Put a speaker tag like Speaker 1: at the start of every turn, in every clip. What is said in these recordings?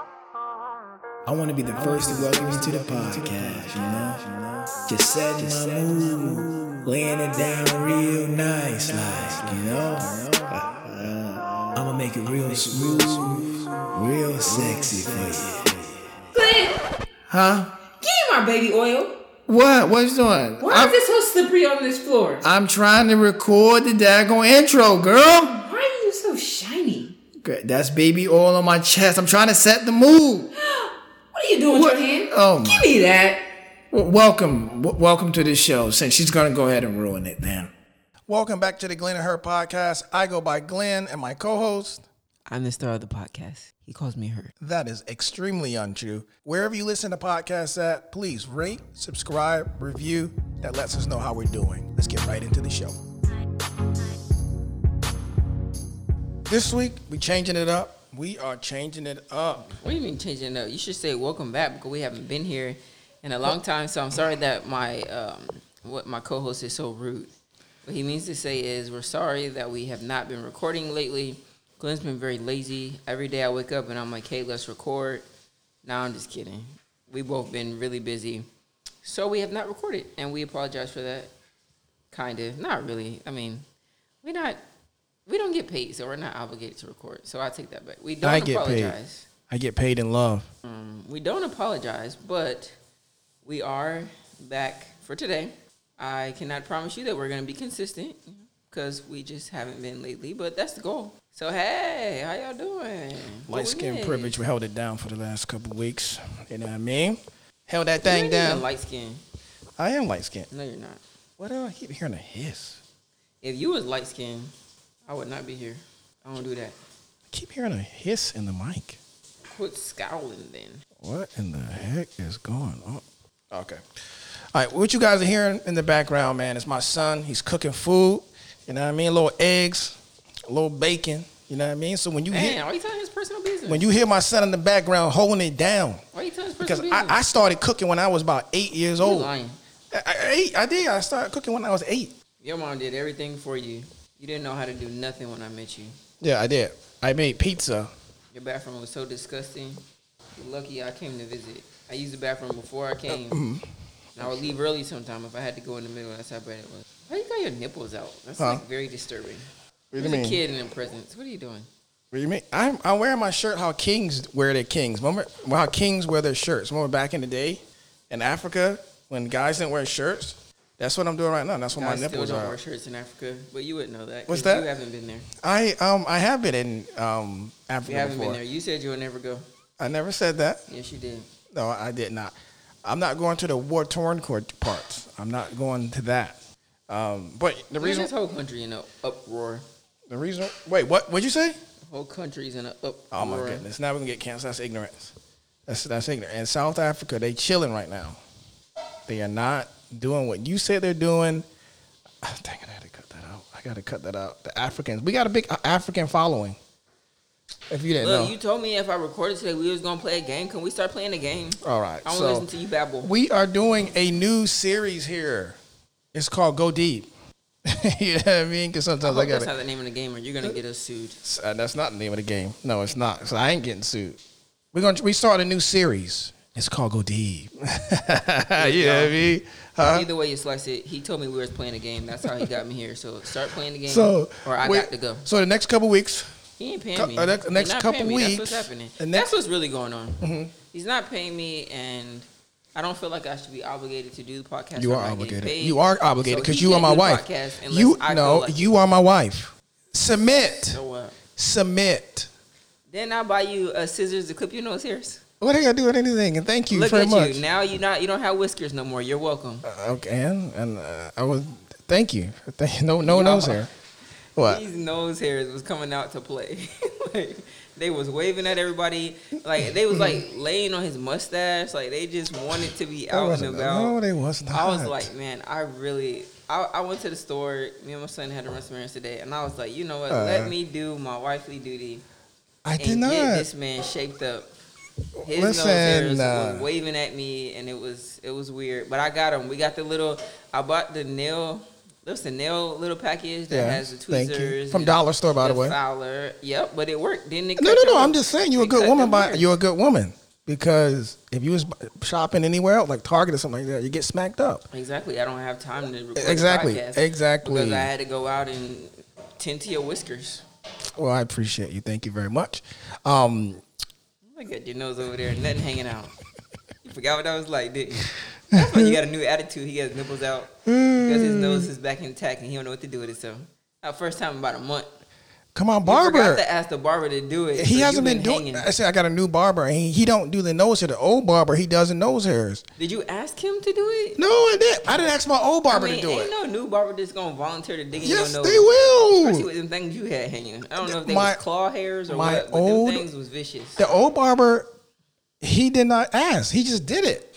Speaker 1: I want to be the first to welcome you to the podcast, you know? Just setting my mood, laying it down real nice, like, you know? I'ma make it real smooth, real sexy for you.
Speaker 2: Clint,
Speaker 1: Huh?
Speaker 2: give me my baby oil.
Speaker 1: What? What you doing?
Speaker 2: Why
Speaker 1: I'm,
Speaker 2: is it so slippery on this floor?
Speaker 1: I'm trying to record the daggone intro, girl.
Speaker 2: Why are you so shiny?
Speaker 1: Good, That's baby oil on my chest. I'm trying to set the mood.
Speaker 2: What are you doing
Speaker 1: What?
Speaker 2: with your hand?
Speaker 1: Oh, my-
Speaker 2: give me that.
Speaker 1: W- welcome, w- welcome to the show. Since she's gonna go ahead and ruin it, then. Welcome back to the Glenn and Her podcast. I go by Glenn and my co-host.
Speaker 3: I'm the star of the podcast. He calls me her.
Speaker 1: That is extremely untrue. Wherever you listen to podcasts at, please rate, subscribe, review. That lets us know how we're doing. Let's get right into the show. This week we changing it up. We are changing it up.
Speaker 3: What do you mean changing it up? You should say welcome back because we haven't been here in a long time. So I'm sorry that my um, what my co-host is so rude. What he means to say is we're sorry that we have not been recording lately. Glenn's been very lazy. Every day I wake up and I'm like, hey, let's record. Now I'm just kidding. We both been really busy, so we have not recorded, and we apologize for that. Kind of, not really. I mean, we're not. We don't get paid, so we're not obligated to record. So I take that back. We don't
Speaker 1: I get paid.
Speaker 3: apologize.
Speaker 1: I get paid in love.
Speaker 3: We don't apologize, but we are back for today. I cannot promise you that we're going to be consistent because we just haven't been lately, but that's the goal. So, hey, how y'all doing? What we
Speaker 1: Light skin
Speaker 3: missed?
Speaker 1: privilege. We held it down for the last couple weeks. You know what I mean? Held that
Speaker 3: You're
Speaker 1: thing
Speaker 3: not even
Speaker 1: down.
Speaker 3: Light skin.
Speaker 1: I am light skinned.
Speaker 3: No, you're not.
Speaker 1: What do I keep hearing a hiss?
Speaker 3: If you was light skin, I would not be here. I don't do that.
Speaker 1: I keep hearing a hiss in the mic.
Speaker 3: Quit scowling then.
Speaker 1: What in the heck is going on? Okay. All right, what you guys are hearing in the background, man, is my son. He's cooking food. You know what I mean? Little eggs, a little bacon. You know what I mean? So when you
Speaker 3: Man,
Speaker 1: hear
Speaker 3: why you telling his personal business?
Speaker 1: when you hear my son in the background holding it down,
Speaker 3: why you telling his
Speaker 1: because
Speaker 3: personal business?
Speaker 1: I, I started cooking when I was about eight years
Speaker 3: you
Speaker 1: old. I,
Speaker 3: lying.
Speaker 1: I, eight, I did. I started cooking when I was eight.
Speaker 3: Your mom did everything for you. You didn't know how to do nothing when I met you.
Speaker 1: Yeah, I did. I made pizza.
Speaker 3: Your bathroom was so disgusting. You're lucky I came to visit. I used the bathroom before I came. And I would leave early sometime if I had to go in the middle. That's how bad it was. Why you got your nipples out? That's
Speaker 1: Huh?
Speaker 3: like very disturbing.
Speaker 1: What do
Speaker 3: There's a kid in the presence. What are you doing?
Speaker 1: What do you mean? I'm, I'm wearing my shirt how kings wear their kings. Remember how kings wear their shirts? Remember back in the day in Africa when guys didn't wear shirts? That's what I'm doing right now. That's what
Speaker 3: Guys
Speaker 1: my
Speaker 3: still
Speaker 1: nipples
Speaker 3: don't
Speaker 1: are.
Speaker 3: wear shirts in Africa, but you wouldn't know that. 'cause
Speaker 1: What's that?
Speaker 3: You haven't been there.
Speaker 1: I um I have been in um Africa
Speaker 3: You haven't
Speaker 1: before.
Speaker 3: been there. You said you would never go.
Speaker 1: I never said that.
Speaker 3: Yes, you did.
Speaker 1: No, I did not. I'm not going to the war torn court parts. I'm not going to that. Um, but the
Speaker 3: There's
Speaker 1: reason
Speaker 3: this whole country in an uproar.
Speaker 1: the reason wait what what'd you say?
Speaker 3: The whole country's in an uproar.
Speaker 1: Oh my goodness! Now we can get canceled. That's ignorance. That's that's ignorant. In South Africa, they chilling right now. They are not doing what you said they're doing. Ah, Dang it! I had to cut that out. I got to cut that out. The Africans. We got a big uh, African following. If you didn't
Speaker 3: Look,
Speaker 1: know.
Speaker 3: you told me if I recorded today, we was gonna play a game. Can we start playing a game?
Speaker 1: All right.
Speaker 3: I want to
Speaker 1: so
Speaker 3: listen to you babble.
Speaker 1: we are doing a new series here. It's called Go Deep. you know what I mean? Because
Speaker 3: I
Speaker 1: sometimes I,
Speaker 3: hope
Speaker 1: got
Speaker 3: that's
Speaker 1: to.
Speaker 3: not the name of the game, or you're gonna get us sued.
Speaker 1: S- uh, that's not the name of the game. No, it's not. So I ain't getting sued. We're gonna we start a new series. It's called Go Deep. you know what I mean? Huh?
Speaker 3: Either way you slice it, he told me we was playing a game. That's how he got me here. So start playing the game,
Speaker 1: So
Speaker 3: or I
Speaker 1: wait,
Speaker 3: got to go.
Speaker 1: So the next couple weeks,
Speaker 3: He ain't paying
Speaker 1: cou-
Speaker 3: me.
Speaker 1: uh, next-
Speaker 3: He
Speaker 1: next
Speaker 3: not
Speaker 1: couple
Speaker 3: paying me. That's
Speaker 1: weeks,
Speaker 3: what's happening.
Speaker 1: the next- Mm-hmm.
Speaker 3: That's what's really going on. He's not paying me, and I don't feel like I should be obligated to do the podcast.
Speaker 1: you
Speaker 3: I'm
Speaker 1: are
Speaker 3: not getting
Speaker 1: obligated.
Speaker 3: paid.
Speaker 1: You are
Speaker 3: So
Speaker 1: obligated because
Speaker 3: he
Speaker 1: you are
Speaker 3: can't
Speaker 1: my
Speaker 3: do the
Speaker 1: wife.
Speaker 3: podcast unless
Speaker 1: You
Speaker 3: I feel
Speaker 1: no,
Speaker 3: like it.
Speaker 1: you are my wife. Submit.
Speaker 3: So what?
Speaker 1: Submit.
Speaker 3: Then I'll buy you uh, scissors to clip your nose hairs.
Speaker 1: What are you doing anything? And thank you
Speaker 3: Look
Speaker 1: very
Speaker 3: at
Speaker 1: much.
Speaker 3: you now. You not you don't have whiskers no more. You're welcome.
Speaker 1: Uh, okay, and, and uh, I was thank you. Thank, no no
Speaker 3: You
Speaker 1: nose
Speaker 3: are.
Speaker 1: here. What?
Speaker 3: These nose hairs was coming out to play. like they was waving at everybody. Like they was like laying on his mustache. Like they just wanted to be
Speaker 1: That
Speaker 3: out and
Speaker 1: wasn't-
Speaker 3: about.
Speaker 1: No, they was not.
Speaker 3: I was like, man, I really. I, I went to the store. Me and my son had to run some errands today, and I was like, you know what?
Speaker 1: Uh.
Speaker 3: Let me do my wifely duty
Speaker 1: I
Speaker 3: and
Speaker 1: did
Speaker 3: get
Speaker 1: not.
Speaker 3: this man shaped up. His nose
Speaker 1: Listen,
Speaker 3: hairs
Speaker 1: uh,
Speaker 3: was waving at me, and it was it was weird. But I got him. We got the little. I bought the nail. There's a nail little package that
Speaker 1: Yeah,
Speaker 3: has the
Speaker 1: thank you.
Speaker 3: tweezers
Speaker 1: From
Speaker 3: and
Speaker 1: Dollar Store, by the way.
Speaker 3: Fowler. Yep, but it worked, didn't it?
Speaker 1: No,
Speaker 3: cut
Speaker 1: no, no.
Speaker 3: your-
Speaker 1: I'm just saying you're a
Speaker 3: it
Speaker 1: good
Speaker 3: cut
Speaker 1: woman.
Speaker 3: the
Speaker 1: By
Speaker 3: beard.
Speaker 1: you're a good woman because if you was shopping anywhere else, like Target or something like that, you get smacked up.
Speaker 3: Exactly. I don't have time to record
Speaker 1: Exactly,
Speaker 3: The podcast
Speaker 1: exactly.
Speaker 3: Because I had to go out and tend to your whiskers.
Speaker 1: Well, I appreciate you. Thank you very much. Um,
Speaker 3: Look at your nose over there, nothing hanging out. You forgot what that was like, didn't you? That's why you got a new attitude. He has nipples out because his nose is back intact and he don't know what to do with himself. Our first time in about a month.
Speaker 1: come on,
Speaker 3: You forgot
Speaker 1: barber.
Speaker 3: to ask the barber to do it.
Speaker 1: He
Speaker 3: so
Speaker 1: hasn't
Speaker 3: you've
Speaker 1: been, doing.
Speaker 3: hanging.
Speaker 1: I said I got a new barber, and he, he don't do the nose hair. The old barber, he does the nose hairs.
Speaker 3: Did you ask him to do it?
Speaker 1: No, I didn't. I didn't ask my old barber
Speaker 3: I mean,
Speaker 1: to do
Speaker 3: ain't
Speaker 1: it.
Speaker 3: no new barber that's gonna volunteer to dig in
Speaker 1: yes,
Speaker 3: your nose.
Speaker 1: they
Speaker 3: Especially
Speaker 1: will.
Speaker 3: with them things you had hanging. I don't know if they
Speaker 1: My-
Speaker 3: was claw hairs or
Speaker 1: my
Speaker 3: what, but
Speaker 1: old-
Speaker 3: them things was vicious.
Speaker 1: The old barber, he did not ask. He just did it.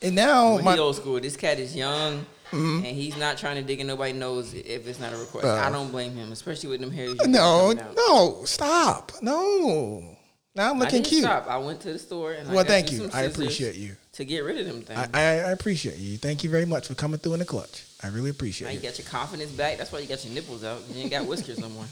Speaker 1: And now
Speaker 3: But Oh, he
Speaker 1: my Mm-hmm.
Speaker 3: old school. This cat is young, and he's not trying to dig in nobody knows if it's not a request. I don't blame him, especially with them hairs. you got
Speaker 1: no
Speaker 3: coming out.
Speaker 1: no stop no. Now I'm
Speaker 3: I
Speaker 1: looking
Speaker 3: didn't
Speaker 1: cute.
Speaker 3: stop. I went to the store and I
Speaker 1: Well,
Speaker 3: got
Speaker 1: thank
Speaker 3: some
Speaker 1: you. I
Speaker 3: scissors
Speaker 1: appreciate you.
Speaker 3: to get rid of them things.
Speaker 1: I, I I appreciate you. Thank you very much for coming through in the clutch. I really appreciate
Speaker 3: now
Speaker 1: it.
Speaker 3: you got your confidence back. That's why you got your nipples out. You ain't got whiskers no more.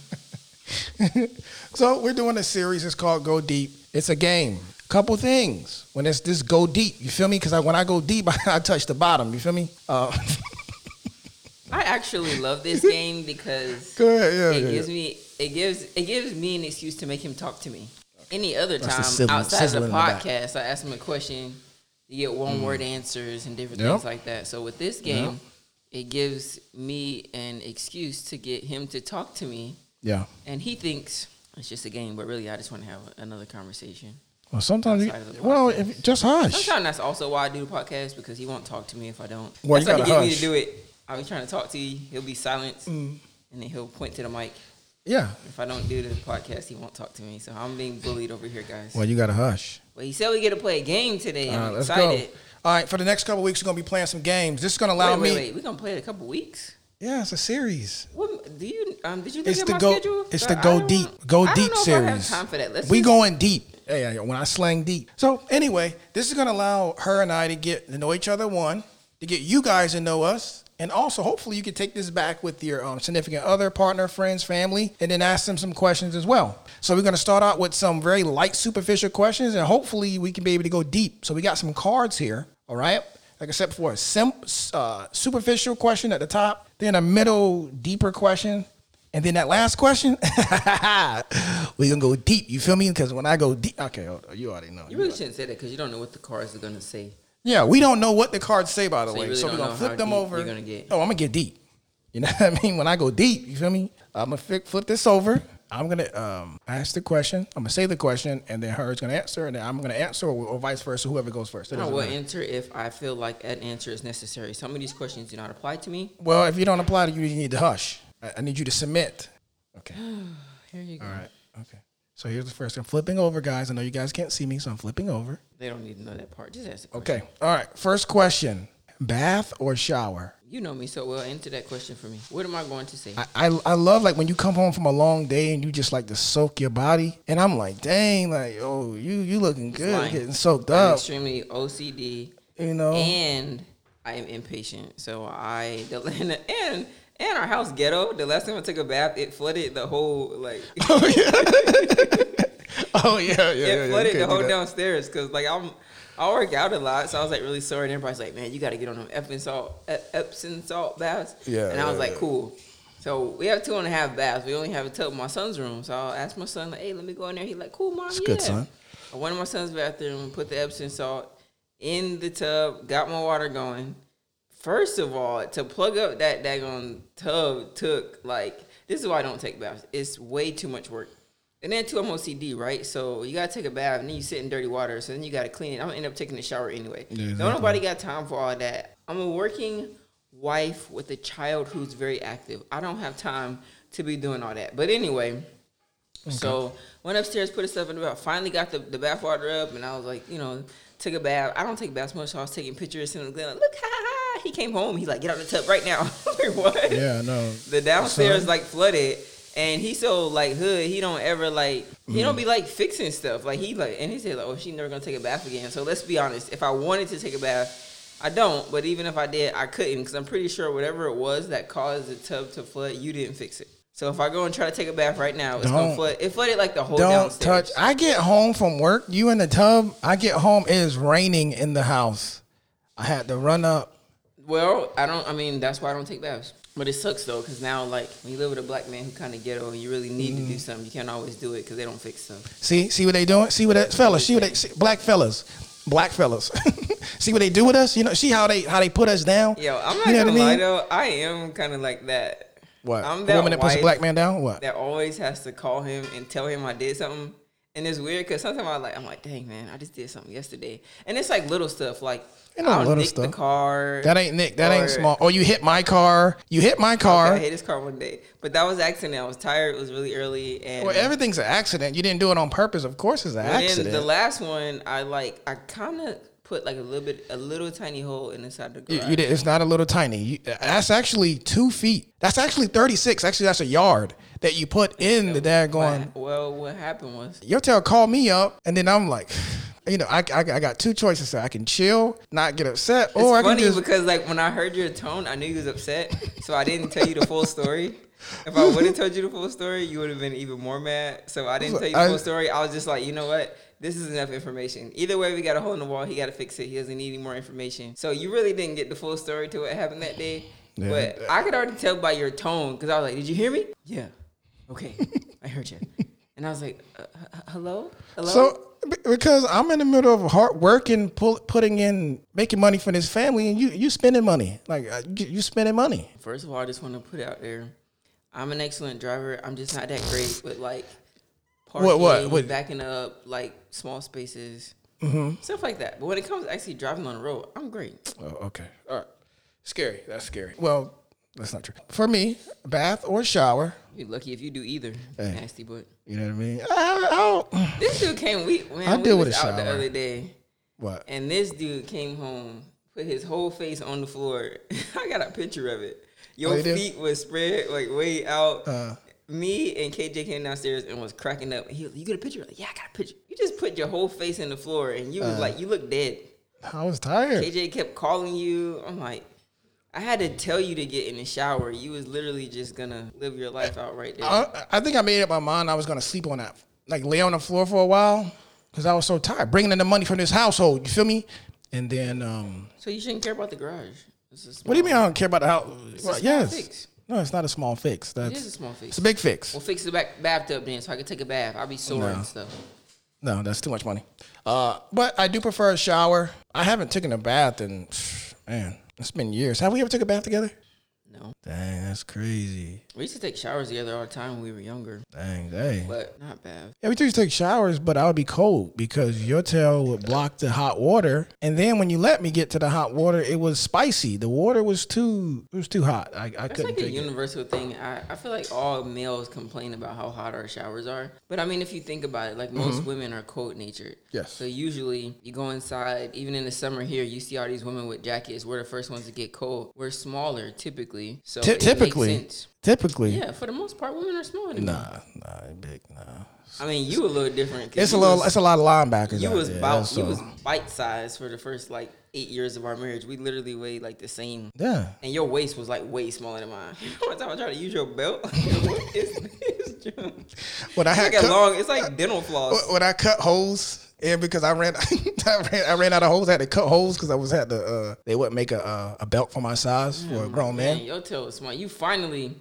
Speaker 1: so we're doing a series. It's called Go Deep. It's a game. Couple things. When it's this go deep, you feel me? Because I, when I go deep, I, touch the bottom. You feel me? Uh,
Speaker 3: I actually love this game because
Speaker 1: Go ahead, yeah,
Speaker 3: it
Speaker 1: yeah,
Speaker 3: gives me it gives it gives me an excuse to make him talk to me. Any other
Speaker 1: That's the sizzling-
Speaker 3: time outside of the
Speaker 1: sizzling in the back. Mm.
Speaker 3: podcast, I ask him a question, you get one word answers and different
Speaker 1: Yep.
Speaker 3: things like that. So with this game, it gives me an excuse to get him to talk to me,
Speaker 1: yeah.
Speaker 3: and he thinks it's just a game, but really I just want to have another conversation.
Speaker 1: Well, sometimes. You,
Speaker 3: Outside of the
Speaker 1: well,
Speaker 3: podcast.
Speaker 1: if, just hush.
Speaker 3: Sometimes that's also why I do the podcast because he won't talk to me if I don't.
Speaker 1: Well, you
Speaker 3: that's why
Speaker 1: gotta
Speaker 3: he get me
Speaker 1: hush. Mm.
Speaker 3: to do it. I'll be trying to talk to you. He'll be silent, and then he'll point to the mic.
Speaker 1: Yeah.
Speaker 3: If I don't do the podcast, he won't talk to me. So I'm being bullied over here, guys.
Speaker 1: Well, you gotta hush.
Speaker 3: But he said we get to play a game today.
Speaker 1: All right,
Speaker 3: I'm
Speaker 1: let's
Speaker 3: excited.
Speaker 1: go. All right, for the next couple weeks, we're gonna be playing some games. This is gonna allow
Speaker 3: Wait, wait,
Speaker 1: me.
Speaker 3: wait. We're gonna play it a couple weeks.
Speaker 1: Yeah, it's a series.
Speaker 3: What do you? Um, did you look
Speaker 1: It's
Speaker 3: at
Speaker 1: the
Speaker 3: my
Speaker 1: go.
Speaker 3: schedule?
Speaker 1: It's
Speaker 3: I-
Speaker 1: the
Speaker 3: I
Speaker 1: go
Speaker 3: don't-
Speaker 1: deep. Go
Speaker 3: I don't
Speaker 1: deep
Speaker 3: know if I
Speaker 1: series.
Speaker 3: have time for that. Let's
Speaker 1: we
Speaker 3: just-
Speaker 1: going deep. Yeah, yeah, yeah, When I slang deep. So anyway, this is gonna allow her and I to get to know each other. One, to get you guys to know us, and also hopefully you can take this back with your um, significant other, partner, friends, family, and then ask them some questions as well. So we're gonna start out with some very light, superficial questions, and hopefully we can be able to go deep. So we got some cards here. All right like I said before, a sim, uh, superficial question at the top, then a middle, deeper question, and then that last question. we gonna go deep. You feel me? Because when I go deep, okay, hold on, you already know.
Speaker 3: You really shouldn't say that because you don't know what the cards are gonna say.
Speaker 1: yeah, we don't know what the cards say, by the
Speaker 3: So you
Speaker 1: way.
Speaker 3: really
Speaker 1: so we're
Speaker 3: don't
Speaker 1: gonna
Speaker 3: know
Speaker 1: flip
Speaker 3: how
Speaker 1: them
Speaker 3: deep
Speaker 1: over.
Speaker 3: you're gonna get.
Speaker 1: Oh, I'm gonna get deep. You know what I mean? When I go deep, you feel me? I'm gonna fi- flip this over. I'm gonna um, ask the question. I'm gonna say the question, and then her's gonna answer, and then I'm gonna answer, or, or vice versa, whoever goes first. It
Speaker 3: I
Speaker 1: doesn't
Speaker 3: will
Speaker 1: matter.
Speaker 3: answer if I feel like an answer is necessary. Some of these questions do not apply to me.
Speaker 1: Well, if you don't apply to you, you need to hush. I, I need you to submit. Okay.
Speaker 3: Here you go.
Speaker 1: All right. Okay. So here's the first. I'm flipping over, guys. I know you guys can't see me, so I'm flipping over.
Speaker 3: They don't need to know that part. Just ask. the question.
Speaker 1: Okay. All right. First question: Bath or shower?
Speaker 3: You know me so well. Answer that question for me. What am I going to say?
Speaker 1: I, I I love like when you come home from a long day and you just like to soak your body. And I'm like, dang, like oh, you you looking good,
Speaker 3: lying.
Speaker 1: getting soaked
Speaker 3: I'm
Speaker 1: up.
Speaker 3: extremely OCD
Speaker 1: You know.
Speaker 3: and I am impatient. So I the and and our house ghetto. The last time I took a bath, it flooded the whole like
Speaker 1: oh yeah. oh yeah, yeah, yeah. yeah.
Speaker 3: it
Speaker 1: You
Speaker 3: flooded
Speaker 1: can't
Speaker 3: the
Speaker 1: do
Speaker 3: whole
Speaker 1: that.
Speaker 3: downstairs because like I'm I work out a lot, so I was like really sore, and everybody's like, "Man, you got to get on them Epsom salt Ep- Epsom salt baths."
Speaker 1: Yeah,
Speaker 3: and I was
Speaker 1: yeah,
Speaker 3: like,
Speaker 1: yeah.
Speaker 3: "Cool." So we have two and a half baths. We only have a tub in my son's room, so I'll ask my son, like, "Hey, let me go in there." He's like, "Cool, mom, yeah."
Speaker 1: good, son.
Speaker 3: I went in my son's bathroom, put the Epsom salt in the tub, got my water going. First of all, to plug up that daggone tub took like this is why I don't take baths. It's way too much work. And then too, I'm OCD, right? So you gotta take a bath, and then you sit in dirty water, so then you gotta clean it. I'm gonna end up taking a shower anyway. Don't nobody got time for all that. I'm a working wife with a child who's very active. I don't have time to be doing all that. But anyway, so went upstairs, put stuff in the bath. Finally got the, the bath water up, and I was like, you know, took a bath. I don't take baths much, so I was taking pictures and Glenn like, look, ha ha. He came home. He's like, get out of the tub right now. I'm like, what?
Speaker 1: Yeah, no.
Speaker 3: The downstairs
Speaker 1: So-
Speaker 3: like flooded, and he so like hood. He don't ever like he don't
Speaker 1: Mm.
Speaker 3: be like fixing stuff. Like he like and he said like, oh, she never gonna take a bath again. So let's be honest. If I wanted to take a bath. I don't, but even if I did, I couldn't because I'm pretty sure whatever it was that caused the tub to flood, you didn't fix it. So if I go and try to take a bath right now, it's
Speaker 1: Don't.
Speaker 3: gonna flood. It flooded like the whole
Speaker 1: Don't touch.
Speaker 3: downstairs.
Speaker 1: I get home from work. You in the tub. I get home. It is raining in the house. I had to run up.
Speaker 3: Well, I don't. I mean, that's why I don't take baths. But it sucks though, because now like when you live with a black man who kind of ghetto and you really need
Speaker 1: Mm.
Speaker 3: to do something, you can't always do it because they don't fix stuff.
Speaker 1: See, see what they doing. See what that fellas. See what they see, black fellas, black fellas. see what they do with us. You know. See how they how they put us down.
Speaker 3: Yo, I'm not
Speaker 1: You know
Speaker 3: gonna
Speaker 1: what I mean?
Speaker 3: lie though, I am kind of like that.
Speaker 1: What?
Speaker 3: I'm
Speaker 1: the
Speaker 3: that
Speaker 1: woman that puts a
Speaker 3: wife
Speaker 1: black man down. What?
Speaker 3: that always has to call him and tell him I did something. And it's weird because sometimes I like I'm like, dang man, I just did something yesterday. And it's like little stuff like
Speaker 1: Ain't no
Speaker 3: I'll
Speaker 1: little
Speaker 3: nick the
Speaker 1: stuff.
Speaker 3: car.
Speaker 1: That ain't Nick. That ain't
Speaker 3: or-
Speaker 1: small. Or you hit my car. You hit my car.
Speaker 3: I hit his car one day, but that was an accident. I was tired. It was really early, and
Speaker 1: well, everything's an accident. You didn't do it on purpose. Of course, it's an
Speaker 3: And
Speaker 1: accident.
Speaker 3: then the last one, I like, I kind of put like a little bit, a little tiny hole in the side of the
Speaker 1: You,
Speaker 3: garage.
Speaker 1: you did, it's not a little tiny. You, that's actually two feet. That's actually 36. Actually, that's a yard that you put in the daggone.
Speaker 3: What- Well, what happened was
Speaker 1: Your tail called me up, and then I'm like, you know, I, I, I got two choices. So I can chill, not get upset,
Speaker 3: it's
Speaker 1: or I can
Speaker 3: funny
Speaker 1: just.
Speaker 3: because like when I heard your tone, I knew you was upset, so I didn't tell you the full story. If I would have told you the full story, you would have been even more mad. So I didn't tell you the
Speaker 1: I-
Speaker 3: full story. I was just like, you know what? This is enough information. Either way, we got a hole in the wall. He got to fix it. He doesn't need any more information. So you really didn't get the full story to what happened that day.
Speaker 1: Yeah.
Speaker 3: But I could already tell by your tone because I was like, "Did you hear me?" Yeah. Okay, I heard you. And I was like, uh, h- h- "Hello, hello."
Speaker 1: So be- because I'm in the middle of hard working, pull, putting in, making money for this family, and you you spending money like uh, you, you spending money.
Speaker 3: First of all, I just want to put out there, I'm an excellent driver. I'm just not that great with like parking,
Speaker 1: What- what- what- Mm-hmm.
Speaker 3: backing up, like small spaces, stuff like that. But when it comes to actually driving on the road, I'm great.
Speaker 1: Oh, okay. All right. Scary. That's scary. Well, that's not true. For me, bath or shower.
Speaker 3: You're lucky if you do either. Nasty, but
Speaker 1: You know what I mean? I, I don't.
Speaker 3: this dude came. We man,
Speaker 1: I
Speaker 3: we
Speaker 1: deal with
Speaker 3: was
Speaker 1: a
Speaker 3: out the
Speaker 1: shower.
Speaker 3: other day,
Speaker 1: What?
Speaker 3: and this dude came home, put his whole face on the floor. I got a picture of it. Your
Speaker 1: Oh, you did? Uh.
Speaker 3: feet was spread like way out. me and KJ came downstairs and was cracking up. He, was like, you get a picture? Like, yeah, I got a picture. You just put your whole face in the floor and
Speaker 1: Uh.
Speaker 3: you was like, you look dead.
Speaker 1: I was tired.
Speaker 3: KJ kept calling you. I'm like, I had to tell you to get in the shower. You was literally just gonna live your life out right there.
Speaker 1: I, I think I made up my mind I was gonna sleep on that, like lay on the floor for a while, because I was so tired bringing in the money from this household. You feel me? And then, um,
Speaker 3: so you shouldn't care about the garage. It's a small,
Speaker 1: what do you mean I don't care about the house? Well,
Speaker 3: small
Speaker 1: yes.
Speaker 3: fix.
Speaker 1: No, it's not a small fix.
Speaker 3: It is a
Speaker 1: That's
Speaker 3: small
Speaker 1: it's
Speaker 3: fix.
Speaker 1: a big fix.
Speaker 3: We'll fix the back bathtub then, so I can take a bath. I'll be sore and stuff.
Speaker 1: No, that's too much money. Uh, but I do prefer a shower. I haven't taken a bath in man, it's been years. Have we ever took a bath together?
Speaker 3: No,
Speaker 1: Dang, that's crazy.
Speaker 3: we used to take showers together all the time when we were younger,
Speaker 1: Dang, dang.
Speaker 3: but not bath.
Speaker 1: Yeah, we used to take showers, but I would be cold because your tail would block the hot water. And then when you let me get to the hot water, it was spicy. The water was too it was too hot. I, I
Speaker 3: It's
Speaker 1: couldn't
Speaker 3: like a
Speaker 1: take it.
Speaker 3: universal thing. I, I feel like all males complain about how hot our showers are. But I mean, if you think about it, like most women are cold natured.
Speaker 1: Mm-hmm. Yes.
Speaker 3: So usually you go inside, even in the summer here, you see all these women with jackets. We're the first ones to get cold. We're smaller typically. So
Speaker 1: Ty-
Speaker 3: it makes
Speaker 1: typically,
Speaker 3: sense.
Speaker 1: typically,
Speaker 3: Yeah, for the most part, women are smaller than me.
Speaker 1: nah, nah, big, nah.
Speaker 3: I mean, you a little different. 'cause
Speaker 1: It's a
Speaker 3: you
Speaker 1: little,
Speaker 3: was-
Speaker 1: it's a lot of linebackers.
Speaker 3: you
Speaker 1: out
Speaker 3: was
Speaker 1: there,
Speaker 3: about,
Speaker 1: that's
Speaker 3: you
Speaker 1: all.
Speaker 3: was bite sized for the first like eight years of our marriage. We literally weighed like the same.
Speaker 1: yeah.
Speaker 3: And your waist was like way smaller than mine. One time I tried to use your belt. what is this? Jim?
Speaker 1: When I
Speaker 3: It's
Speaker 1: had
Speaker 3: like a
Speaker 1: cut-
Speaker 3: long. It's like dental floss.
Speaker 1: Wh- when I cut holes, and because I ran, I ran, I ran out of holes. I had to cut holes because I was had to. Uh, they wouldn't make a uh, a belt for my size for a grown
Speaker 3: Man,
Speaker 1: man.
Speaker 3: your tail is smart. You finally.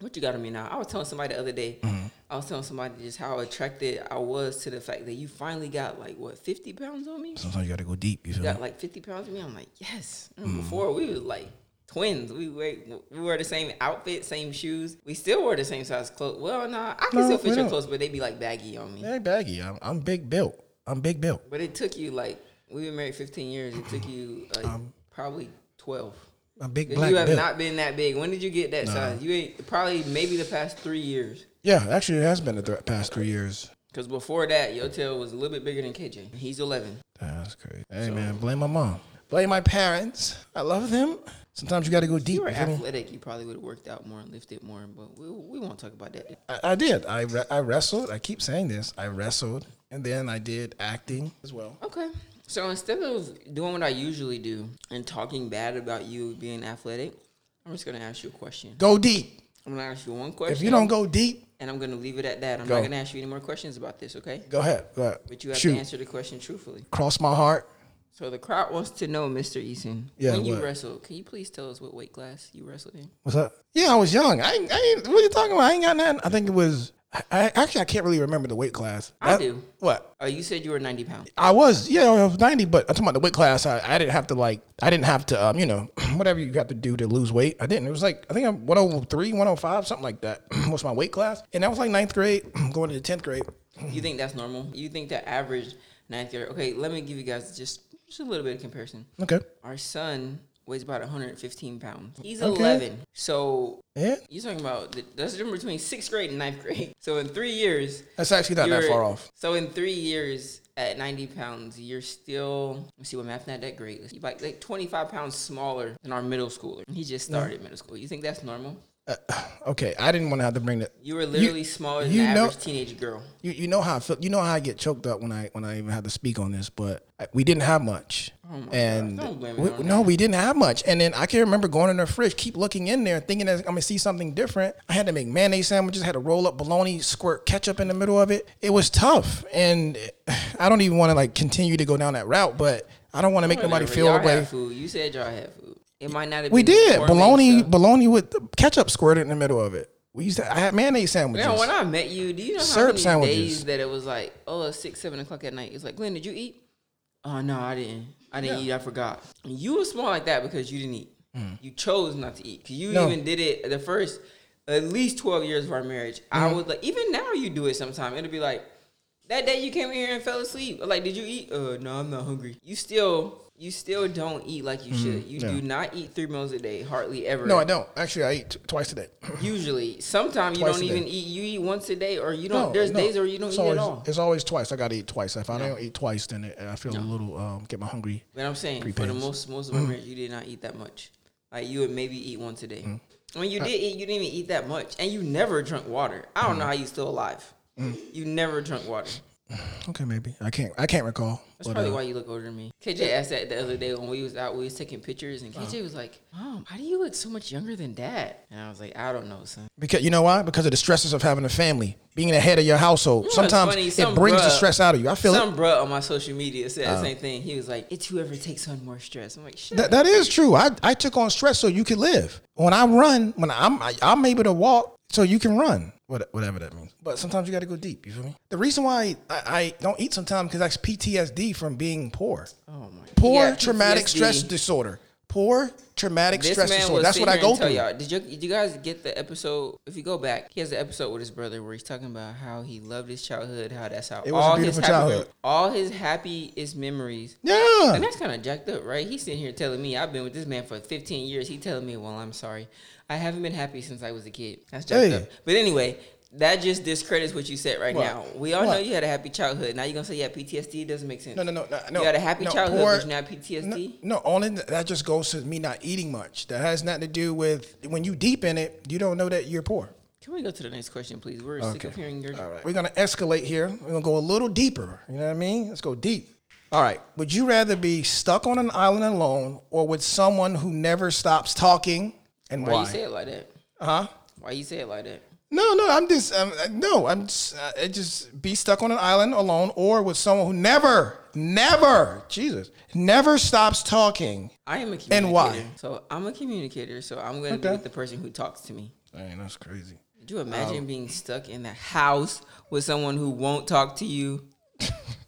Speaker 3: What you got on me now? I was telling somebody the other day.
Speaker 1: Mm-hmm.
Speaker 3: I was telling somebody just how attracted I was to the fact that you finally got like what fifty pounds on me.
Speaker 1: Sometimes you got to go deep. You feel
Speaker 3: You
Speaker 1: me?
Speaker 3: got like fifty pounds on me. I'm like yes.
Speaker 1: Mm-hmm.
Speaker 3: And Before we was like twins. We weighed, we wore the same outfit, same shoes. We still wore the same size clothes. Well, nah, I can
Speaker 1: No, we
Speaker 3: still fit your
Speaker 1: don't.
Speaker 3: clothes, but they be like baggy on me.
Speaker 1: Hey, baggy. I'm, I'm big built. I'm big built.
Speaker 3: But it took you like we've been married 15 years. It took you like probably 12.
Speaker 1: I'm big
Speaker 3: 'Cause
Speaker 1: Um, black
Speaker 3: You have
Speaker 1: built.
Speaker 3: not been that big. When did you get that size? You ain't probably maybe the past three years.
Speaker 1: yeah, actually, it has been the th- past three years.
Speaker 3: Cause before that, your tail was a little bit bigger than KJ. He's 11.
Speaker 1: That's crazy. Hey man, blame my mom. Blame my parents. I love them. Sometimes you got to go deep.
Speaker 3: You were
Speaker 1: you feel me?
Speaker 3: athletic. You probably would have worked out more and lifted more. But we we won't talk about that.
Speaker 1: I, I did. I re- I wrestled. I keep saying this. I wrestled, and then I did acting as well.
Speaker 3: Okay. So instead of doing what I usually do and talking bad about you being athletic, I'm just gonna ask you a question.
Speaker 1: Go deep.
Speaker 3: I'm gonna ask you one question.
Speaker 1: If you don't go deep,
Speaker 3: and I'm gonna leave it at that. I'm
Speaker 1: Go.
Speaker 3: not gonna ask you any more questions about this, okay?
Speaker 1: go ahead. Go ahead.
Speaker 3: But you have
Speaker 1: Shoot.
Speaker 3: to answer the question truthfully.
Speaker 1: Cross my heart.
Speaker 3: So the crowd wants to know, Mr. Eason,
Speaker 1: Yeah,
Speaker 3: when you
Speaker 1: what?
Speaker 3: wrestled, can you please tell us what weight class you wrestled in?
Speaker 1: What's up? Yeah, I was young. I ain't, I ain't, what are you talking about? I ain't got nothing. I think it was. I, I actually I can't really remember the weight class.
Speaker 3: I
Speaker 1: That-
Speaker 3: do.
Speaker 1: What?
Speaker 3: Oh, you said you were 90 pounds.
Speaker 1: I was, yeah, I was 90, but I'm talking about the weight class. I, I didn't have to, like, I didn't have to, um, you know, whatever you got to do to lose weight. I didn't. It was like, I think I'm 103, 105, something like that was my weight class. And that was like ninth grade, going into 10th grade.
Speaker 3: You think that's normal? You think that average ninth year? Okay, let me give you guys just just a little bit of comparison.
Speaker 1: Okay.
Speaker 3: Our son weighs about 115 pounds. He's
Speaker 1: Okay.
Speaker 3: 11. So
Speaker 1: Yeah.
Speaker 3: you're talking about the, that's the difference between sixth grade and ninth grade. So in three years,
Speaker 1: That's actually not that
Speaker 3: you're-
Speaker 1: far off.
Speaker 3: So in three years at 90 pounds, you're still let's see what math not that great. You're like like 25 pounds smaller than our middle schooler. He just started middle school. You think that's normal?
Speaker 1: Okay. I didn't want to have to bring that.
Speaker 3: You were literally smaller than
Speaker 1: you
Speaker 3: the
Speaker 1: know-
Speaker 3: average teenage girl.
Speaker 1: You, you know how I feel. You know how I get choked up when I when I even have to speak on this, but I, we didn't have much, and
Speaker 3: Oh Don't blame me
Speaker 1: we,
Speaker 3: on
Speaker 1: no, we didn't have much. And then I can remember going in the fridge, keep looking in there, thinking that I'm gonna see something different. I had to make mayonnaise sandwiches, had to roll up bologna, squirt ketchup in the middle of it. It was tough, and I don't even want to like continue to go down that route, but I don't want to make nobody
Speaker 3: Whatever,
Speaker 1: feel
Speaker 3: y'all
Speaker 1: away.
Speaker 3: Had food. You said y'all had food. It might not have.
Speaker 1: We
Speaker 3: been
Speaker 1: did
Speaker 3: gourmet
Speaker 1: bologna,
Speaker 3: stuff.
Speaker 1: bologna with ketchup squirted in the middle of it. We used to. I had mayonnaise sandwiches.
Speaker 3: Now, when I met you, do you know how
Speaker 1: Syrup
Speaker 3: many
Speaker 1: sandwiches.
Speaker 3: days that it was like, oh, it's six, seven o'clock at night? It's like, Glenn, did you eat? Oh no, I didn't. I didn't eat. I forgot. You were small like that because you didn't eat. You chose not to eat. 'Cause You
Speaker 1: Mm. No.
Speaker 3: even did it the first at least twelve years of our marriage. I
Speaker 1: Mm-hmm.
Speaker 3: would like even now you do it sometime. It'll be like that day you came in here and fell asleep. Like, did you eat? Uh, no, I'm not hungry. You still. You still don't eat like you
Speaker 1: Mm-hmm.
Speaker 3: should. You do not eat three meals a day, hardly ever.
Speaker 1: no, I don't. Actually, I eat t- twice a day.
Speaker 3: Usually, sometimes you
Speaker 1: Twice
Speaker 3: don't
Speaker 1: a day.
Speaker 3: even eat. You eat once a day, or you don't. there's days where you don't
Speaker 1: it's
Speaker 3: eat
Speaker 1: always,
Speaker 3: at all.
Speaker 1: It's always twice. I gotta eat twice. If I don't eat twice, then it, I feel a little um, get my hungry.
Speaker 3: But I'm saying for the
Speaker 1: Prepays.
Speaker 3: most most
Speaker 1: Mm-hmm.
Speaker 3: of my marriage, you did not eat that much. Like you would maybe eat once a day.
Speaker 1: Mm-hmm.
Speaker 3: When
Speaker 1: Uh,
Speaker 3: you did eat, you didn't even eat that much, and you never drank water. I don't know how
Speaker 1: Mm-hmm.
Speaker 3: you still alive. You never drank water.
Speaker 1: Okay, maybe I can't. I can't recall.
Speaker 3: That's
Speaker 1: But,
Speaker 3: probably
Speaker 1: uh,
Speaker 3: why you look older than me. KJ asked that the other day when we was out, we was taking pictures, and KJ
Speaker 1: Uh-huh.
Speaker 3: was like, "Mom, why do you look so much younger than Dad?" And I was like, "I don't know, son."
Speaker 1: because you know why? Because of the stresses of having a family, being the head of your household.
Speaker 3: it's
Speaker 1: Sometimes
Speaker 3: funny,
Speaker 1: it
Speaker 3: some
Speaker 1: brings the
Speaker 3: bruh-
Speaker 1: stress out of you. I feel it. Uh.
Speaker 3: Some bruh on my social media said the same thing. He was like, "It's whoever takes on more stress." I'm like, "Shut
Speaker 1: That, that is true. I, I took on stress so you could live. When I run, when I'm I, I'm able to walk so you can run. What, whatever that means. But sometimes you got to go deep. You feel me? The reason why I, I don't eat sometimes because that's PTSD from being poor.
Speaker 3: Oh my.
Speaker 1: Poor
Speaker 3: Yeah,
Speaker 1: traumatic
Speaker 3: PTSD.
Speaker 1: stress disorder. Poor traumatic
Speaker 3: This
Speaker 1: stress
Speaker 3: man
Speaker 1: disorder.
Speaker 3: will
Speaker 1: That's
Speaker 3: sit
Speaker 1: what I
Speaker 3: here
Speaker 1: go
Speaker 3: and tell
Speaker 1: through.
Speaker 3: Y'all. Did you did you guys get the episode? If you go back, he has an episode with his brother where he's talking about how he loved his childhood, how that's how
Speaker 1: It was a
Speaker 3: his
Speaker 1: beautiful
Speaker 3: happy,
Speaker 1: childhood.
Speaker 3: all his happiest memories. And
Speaker 1: Yeah.
Speaker 3: that's kind of jacked up, right? He's sitting here telling me I've been with this man for 15 years. He telling me, "Well, I'm sorry, I haven't been happy since I was a kid." That's jacked
Speaker 1: Hey.
Speaker 3: up. But anyway, that just discredits what you said right
Speaker 1: What?
Speaker 3: now. We all know
Speaker 1: What?
Speaker 3: you had a happy childhood. Now you're gonna say, "Yeah, PTSD It doesn't make sense."
Speaker 1: No, no, no, no, no.
Speaker 3: You had a happy
Speaker 1: no,
Speaker 3: childhood,
Speaker 1: poor-
Speaker 3: but you now PTSD.
Speaker 1: No, no, only th- that just goes to me not eating much. That has nothing to do with when you deep in it, you don't know that you're poor.
Speaker 3: Can we go to the next question, please? We're sick of hearing your.
Speaker 1: All right. We're gonna escalate here. We're gonna go a little deeper. You know what I mean? Let's go deep. All right. Would you rather be stuck on an island alone or with someone who never stops talking and
Speaker 3: Why,
Speaker 1: why?
Speaker 3: you say it like that?
Speaker 1: huh?
Speaker 3: Why you say it like that?
Speaker 1: No, no, I'm just um, uh, no, I'm just, uh, it just be stuck on an island alone or with someone who never, never, Jesus, never stops talking.
Speaker 3: I am a communicator.
Speaker 1: And why?
Speaker 3: So I'm a communicator. So I'm going to
Speaker 1: Okay. Oh.
Speaker 3: be with the person who talks to me.
Speaker 1: Dang, that's crazy.
Speaker 3: Could you imagine being stuck in the house with someone who won't talk to you?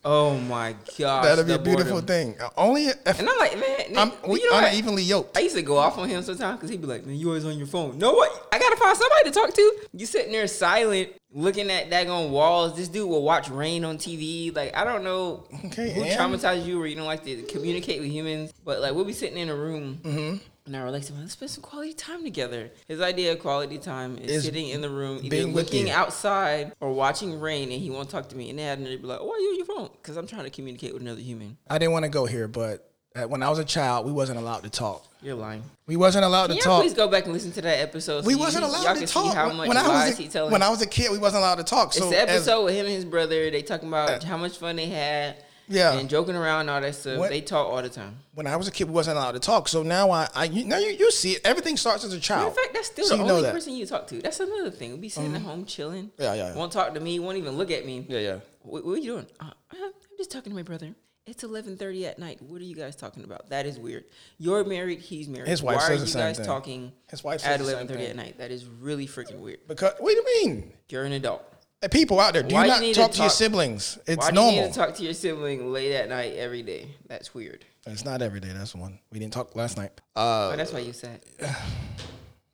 Speaker 3: oh my god,
Speaker 1: That'd be a beautiful thing. Uh, Only if
Speaker 3: And I'm like, man,
Speaker 1: I'm
Speaker 3: nigga,
Speaker 1: we
Speaker 3: you know what?
Speaker 1: unevenly yoked.
Speaker 3: I used to go off on him sometimes because he'd be like, man, you always on your phone. No, what? I got to find somebody to talk to. You sitting there silent, looking at daggone walls. This dude will watch rain on TV. Like, I don't know
Speaker 1: Okay,
Speaker 3: who
Speaker 1: and-
Speaker 3: traumatized you or you don't like to communicate with humans, but like, we'll be sitting in a room. And I relax. Let's spend some quality time together. His idea of quality time is,
Speaker 1: Is
Speaker 3: sitting in the room, either
Speaker 1: being with
Speaker 3: looking
Speaker 1: you.
Speaker 3: outside or watching rain, and he won't talk to me. And then I'd be like, "Oh, "Why are you on your phone?" Because I'm trying to communicate with another human.
Speaker 1: I didn't want to go here, but uh, when I was a child, we wasn't allowed to talk.
Speaker 3: You're lying.
Speaker 1: We wasn't allowed to
Speaker 3: Can y'all
Speaker 1: talk.
Speaker 3: please go back and listen to that episode? so
Speaker 1: We
Speaker 3: you-
Speaker 1: wasn't
Speaker 3: y'all
Speaker 1: allowed to
Speaker 3: can
Speaker 1: talk.
Speaker 3: See how
Speaker 1: When-
Speaker 3: much
Speaker 1: when I
Speaker 3: lies
Speaker 1: was
Speaker 3: he
Speaker 1: a,
Speaker 3: telling.
Speaker 1: when I was a kid, we wasn't allowed to talk.
Speaker 3: it's
Speaker 1: So
Speaker 3: the
Speaker 1: as-
Speaker 3: episode with him and his brother. They talking about how much fun they had.
Speaker 1: Yeah.
Speaker 3: and joking around and all that stuff.
Speaker 1: What-
Speaker 3: They talk all the time.
Speaker 1: When I was a kid, we wasn't allowed to talk. So now I, I you, now you, you see it. Everything starts as a
Speaker 3: Matter
Speaker 1: child.
Speaker 3: of fact, that's still
Speaker 1: So
Speaker 3: the
Speaker 1: you know
Speaker 3: only
Speaker 1: that. Mm-hmm.
Speaker 3: person you talk to. That's another thing. We be sitting at home chilling.
Speaker 1: Yeah, yeah, yeah.
Speaker 3: Won't talk to me. Won't even look at me.
Speaker 1: Yeah, yeah.
Speaker 3: What, what are you doing? Uh, I'm just talking to my brother. It's eleven thirty at night. What are you guys talking about? That is weird. You're married. He's married.
Speaker 1: His wife
Speaker 3: Why
Speaker 1: says
Speaker 3: are
Speaker 1: the
Speaker 3: you
Speaker 1: same
Speaker 3: guys
Speaker 1: thing.
Speaker 3: talking?
Speaker 1: His wife says
Speaker 3: at
Speaker 1: the same
Speaker 3: eleven thirty
Speaker 1: thing.
Speaker 3: at night. That is really freaking weird.
Speaker 1: Because what do you mean?
Speaker 3: You're an adult.
Speaker 1: Hey, people out there, do
Speaker 3: Why you
Speaker 1: not
Speaker 3: need to
Speaker 1: talk to your
Speaker 3: talk-
Speaker 1: siblings. It's
Speaker 3: Why do
Speaker 1: normal.
Speaker 3: you need to talk to your sibling late at night every day? That's weird.
Speaker 1: It's not every day. That's one. We didn't talk last night. Uh,
Speaker 3: But that's why you said.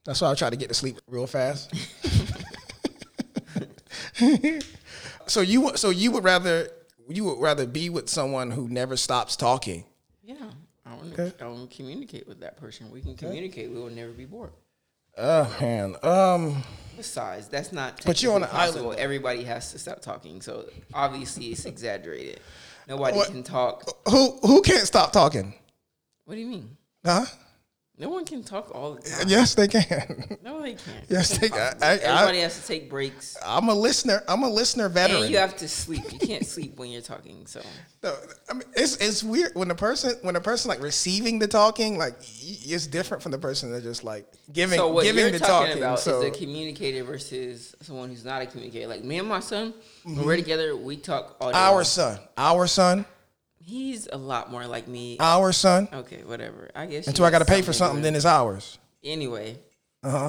Speaker 1: that's why I try to get to sleep real fast. so you would- so you would rather you would rather be with someone who never stops talking.
Speaker 3: Yeah. I don't, I don't communicate with that person. We can communicate. We will never be bored.
Speaker 1: Oh man. Um.
Speaker 3: Besides, that's not.
Speaker 1: But you're on
Speaker 3: technically
Speaker 1: an island,
Speaker 3: possible.
Speaker 1: though.
Speaker 3: Everybody has to stop talking. So obviously, it's exaggerated. Nobody
Speaker 1: What?
Speaker 3: can talk.
Speaker 1: Who who can't stop talking?
Speaker 3: What do you mean?
Speaker 1: Huh?
Speaker 3: No one can talk all the time.
Speaker 1: Yes, they can.
Speaker 3: No, they can't.
Speaker 1: Yes, they can. I,
Speaker 3: Everybody
Speaker 1: I,
Speaker 3: has to take breaks,
Speaker 1: I'm a listener. I'm a listener veteran.
Speaker 3: and you have to sleep. You can't sleep when you're talking. So
Speaker 1: No, I mean it's it's weird when the person when the person like receiving the talking like y- it's different from the person that just like giving
Speaker 3: So what
Speaker 1: giving
Speaker 3: you're
Speaker 1: the
Speaker 3: talking,
Speaker 1: talking.
Speaker 3: about
Speaker 1: so
Speaker 3: is a communicator versus someone who's not a communicator. Like me and my son, when
Speaker 1: Mm-hmm.
Speaker 3: we're together, we talk all day.
Speaker 1: our
Speaker 3: long.
Speaker 1: son, our son,
Speaker 3: He's a lot more like me.
Speaker 1: our son.
Speaker 3: okay, whatever. I guess
Speaker 1: Until
Speaker 3: you
Speaker 1: I got to pay for
Speaker 3: good.
Speaker 1: something, Uh-huh. then it's ours.
Speaker 3: Anyway,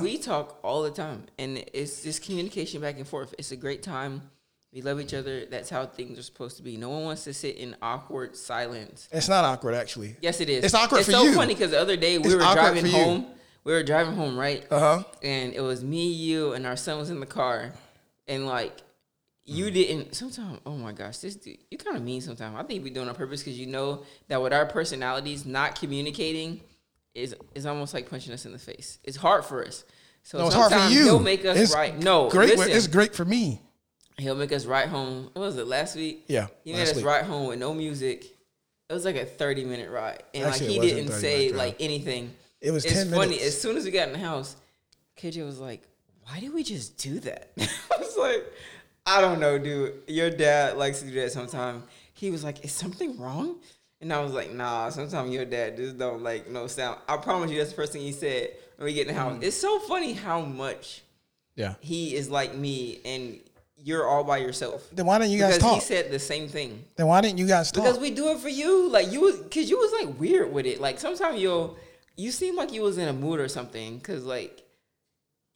Speaker 3: we talk all the time, and it's this communication back and forth. It's a great time. We love each other. That's how things are supposed to be. No one wants to sit in awkward silence.
Speaker 1: It's not awkward actually.
Speaker 3: Yes, it is.
Speaker 1: It's awkward
Speaker 3: It's
Speaker 1: for
Speaker 3: so
Speaker 1: you.
Speaker 3: funny because the other day we
Speaker 1: It's
Speaker 3: were
Speaker 1: awkward
Speaker 3: driving
Speaker 1: for you.
Speaker 3: home. We were driving home, right?
Speaker 1: Uh-huh.
Speaker 3: And it was me, you, and our son was in the car, and like you didn't. Sometimes, oh my gosh, this dude, you kind of mean. Sometimes I think we do it on purpose because you know that with our personalities, not communicating is is almost like punching us in the face. It's hard for us. So
Speaker 1: No, it's hard
Speaker 3: sometimes
Speaker 1: for you.
Speaker 3: he'll make us
Speaker 1: it's
Speaker 3: right. No,
Speaker 1: great.
Speaker 3: listen,
Speaker 1: It's great for me.
Speaker 3: he'll make us ride home. What was it last week?
Speaker 1: Yeah,
Speaker 3: he made
Speaker 1: last
Speaker 3: us
Speaker 1: week.
Speaker 3: ride home with no music. It was like a thirty minute ride, and
Speaker 1: Actually, it
Speaker 3: like he
Speaker 1: wasn't
Speaker 3: didn't
Speaker 1: 30
Speaker 3: say
Speaker 1: minute drive.
Speaker 3: like anything.
Speaker 1: It was
Speaker 3: it's
Speaker 1: 10
Speaker 3: funny.
Speaker 1: minutes.
Speaker 3: As soon as we got in the house, KJ was like, "Why did we just do that?" I was like, "I don't know, dude. Your dad likes to do that sometimes." He was like, "Is something wrong?" And I was like, "Nah. Sometimes your dad just don't like no sound." I promise you, that's the first thing he said when we get in the
Speaker 1: Mm.
Speaker 3: house. It's so funny how much
Speaker 1: Yeah.
Speaker 3: he is like me and you're all by yourself.
Speaker 1: Then why didn't you guys
Speaker 3: because
Speaker 1: talk?
Speaker 3: he said the same thing.
Speaker 1: Then why didn't you guys talk?
Speaker 3: Because we do it for you. Like you was cause you was like weird with it. Like sometimes you'll you seem like you was in a mood or something. Cause like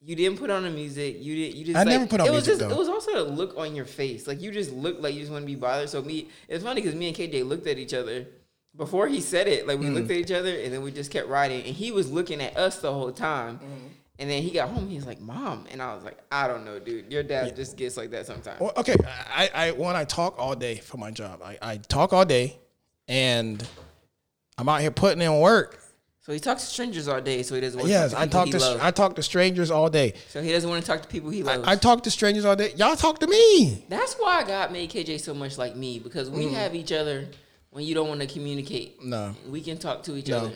Speaker 3: you didn't put on the music. You did you just
Speaker 1: I
Speaker 3: like,
Speaker 1: never put on
Speaker 3: it was
Speaker 1: music,
Speaker 3: just,
Speaker 1: though.
Speaker 3: It was also the look on your face. Like you just looked like you just want to be bothered. So me it's funny because me and KJ looked at each other. Before he said it,
Speaker 1: Mm.
Speaker 3: like we looked at each other and then we just kept riding. And he was looking at us the whole time.
Speaker 1: Mm-hmm.
Speaker 3: And then he got home, he's like, Mom. And I was like, I don't know, dude. Your dad just gets like that sometimes.
Speaker 1: Well, okay, I, I one I talk all day for my job. I, I talk all day, and I'm out here putting in work.
Speaker 3: So he talks to strangers all day, so he doesn't want
Speaker 1: Yes,
Speaker 3: to
Speaker 1: I
Speaker 3: talk
Speaker 1: talk
Speaker 3: to
Speaker 1: to
Speaker 3: people
Speaker 1: s-
Speaker 3: he loves.
Speaker 1: I talk to strangers all day.
Speaker 3: so he doesn't want to talk to people he loves.
Speaker 1: I talk to strangers all day. Y'all talk to me.
Speaker 3: That's why God made KJ so much like me because we have each other when you don't want to communicate.
Speaker 1: Mm. No.
Speaker 3: we can talk to each
Speaker 1: No.
Speaker 3: other.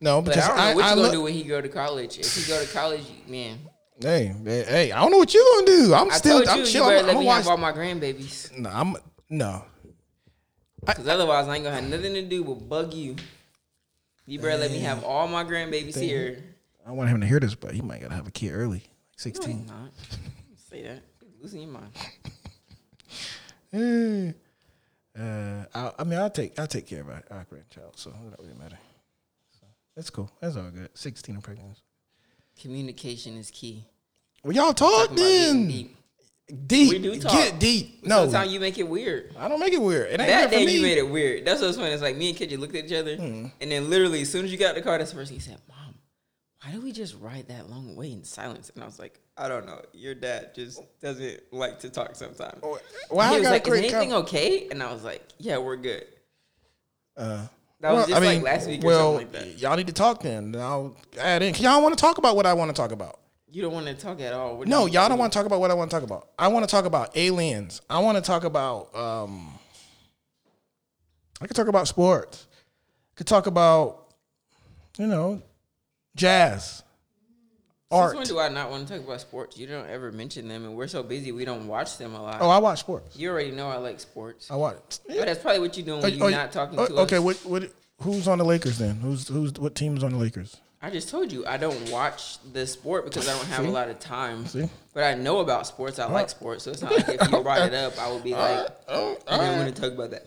Speaker 1: No,
Speaker 3: But
Speaker 1: because
Speaker 3: I don't know
Speaker 1: I,
Speaker 3: what
Speaker 1: I
Speaker 3: you gonna
Speaker 1: look.
Speaker 3: do when he go to college. If he go to college, you- man,
Speaker 1: hey, hey, hey, I don't know what you gonna do. I'm
Speaker 3: I
Speaker 1: still.
Speaker 3: told you
Speaker 1: I'm
Speaker 3: you
Speaker 1: chill.
Speaker 3: better
Speaker 1: I'm,
Speaker 3: let
Speaker 1: I'm
Speaker 3: me
Speaker 1: watch.
Speaker 3: have all my grandbabies
Speaker 1: no, I'm no.
Speaker 3: because otherwise I ain't gonna have nothing to do but bug you. You better let me have all my grandbabies here.
Speaker 1: I want him to hear this, but he might gotta have a kid early, like
Speaker 3: No, he's
Speaker 1: sixteen.
Speaker 3: not. Don't Say that. You're losing your mind. Hmm.
Speaker 1: Eh. Uh, I, I mean, I'll take I'll take care of our, our grandchild, so it don't really matter. So, that's cool. That's all good. Sixteen and pregnant.
Speaker 3: Communication is key.
Speaker 1: Well, y'all talk
Speaker 3: Talking about getting
Speaker 1: then. Deep.
Speaker 3: deep. We do talk.
Speaker 1: Get deep. No,
Speaker 3: Sometimes you make it weird.
Speaker 1: I don't make it weird. It ain't weird
Speaker 3: That
Speaker 1: for
Speaker 3: day
Speaker 1: me. Hmm.
Speaker 3: you made it weird. That's what's funny. It's like me and Kendrick looked at each other, and then literally as soon as you got in the car, that's the first thing he said, "Mom, why do we just ride that long way in silence?" And I was like, "I don't know. Your dad just doesn't like to talk sometimes."
Speaker 1: Oh, Why I
Speaker 3: he was
Speaker 1: gotta
Speaker 3: like, "Is
Speaker 1: create
Speaker 3: anything
Speaker 1: com-
Speaker 3: okay?" And I was like, "Yeah, we're good."
Speaker 1: Uh,
Speaker 3: That was just like last week or
Speaker 1: well,
Speaker 3: something like that.
Speaker 1: y'all need to talk then. Then I'll add in. 'Cause Y'all want to talk about what I want to talk about.
Speaker 3: You don't want to talk at all. What
Speaker 1: No,
Speaker 3: do you
Speaker 1: y'all don't
Speaker 3: do?
Speaker 1: want to talk about what I want to talk about. I want to talk about aliens. I want to talk about. Um, I could talk about sports. I could talk about, you know, jazz. art.
Speaker 3: Since when do I not want to talk about sports? You don't ever mention them, and we're so busy we don't watch them a lot.
Speaker 1: oh, I watch sports.
Speaker 3: You already know I like sports.
Speaker 1: I watch. it.
Speaker 3: But that's probably what you're doing
Speaker 1: Oh,
Speaker 3: when
Speaker 1: oh,
Speaker 3: you're not talking
Speaker 1: oh,
Speaker 3: to
Speaker 1: Okay,
Speaker 3: us.
Speaker 1: what, what, who's on the Lakers then? Who's who's what team's on the Lakers?
Speaker 3: I just told you I don't watch the sport because I don't have
Speaker 1: See?
Speaker 3: a lot of time.
Speaker 1: See?
Speaker 3: But I know about sports. I like sports, so it's not like if you brought it up, I would be like,
Speaker 1: Oh,
Speaker 3: I don't want to talk about that.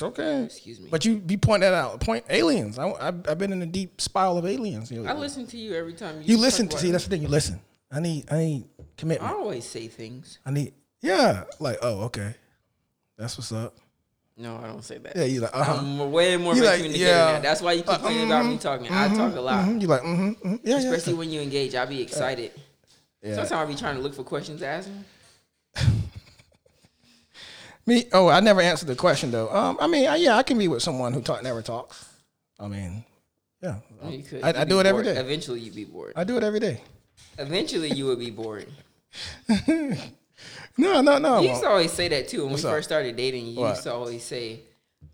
Speaker 1: okay.
Speaker 3: Excuse me.
Speaker 1: But you be pointing that out. Point aliens. I, I, I've been in a deep spiral of aliens. You,
Speaker 3: I listen to you every time you.
Speaker 1: you
Speaker 3: talk
Speaker 1: listen to
Speaker 3: about
Speaker 1: see.
Speaker 3: it.
Speaker 1: That's the thing. You listen. I need. I need
Speaker 3: I
Speaker 1: commitment.
Speaker 3: always say things.
Speaker 1: I need. Yeah. Like. Oh. Okay. That's what's up.
Speaker 3: No, I don't say that.
Speaker 1: Yeah. You like. Uh huh.
Speaker 3: I'm way more
Speaker 1: You
Speaker 3: of a
Speaker 1: like,
Speaker 3: communicator
Speaker 1: yeah.
Speaker 3: now. That's why you complain about me talking. I talk a lot,
Speaker 1: You like. Mm-hmm, Yeah. yeah,
Speaker 3: especially when you engage. I be excited.
Speaker 1: yeah.
Speaker 3: Sometimes I be trying to look for questions to ask me.
Speaker 1: Me. Oh, I never answered the question though. Um. I mean. I, yeah. I can be with someone who talk never talks. I mean. Yeah.
Speaker 3: You could.
Speaker 1: I-
Speaker 3: You'd
Speaker 1: I
Speaker 3: be
Speaker 1: do it every
Speaker 3: bored.
Speaker 1: day.
Speaker 3: Eventually, you'd be bored.
Speaker 1: I do it every day.
Speaker 3: Eventually, you would be bored.
Speaker 1: No. No. No. I
Speaker 3: You
Speaker 1: won't.
Speaker 3: used to always say that too when
Speaker 1: What's
Speaker 3: we
Speaker 1: up?
Speaker 3: first started dating. You
Speaker 1: What?
Speaker 3: used to always say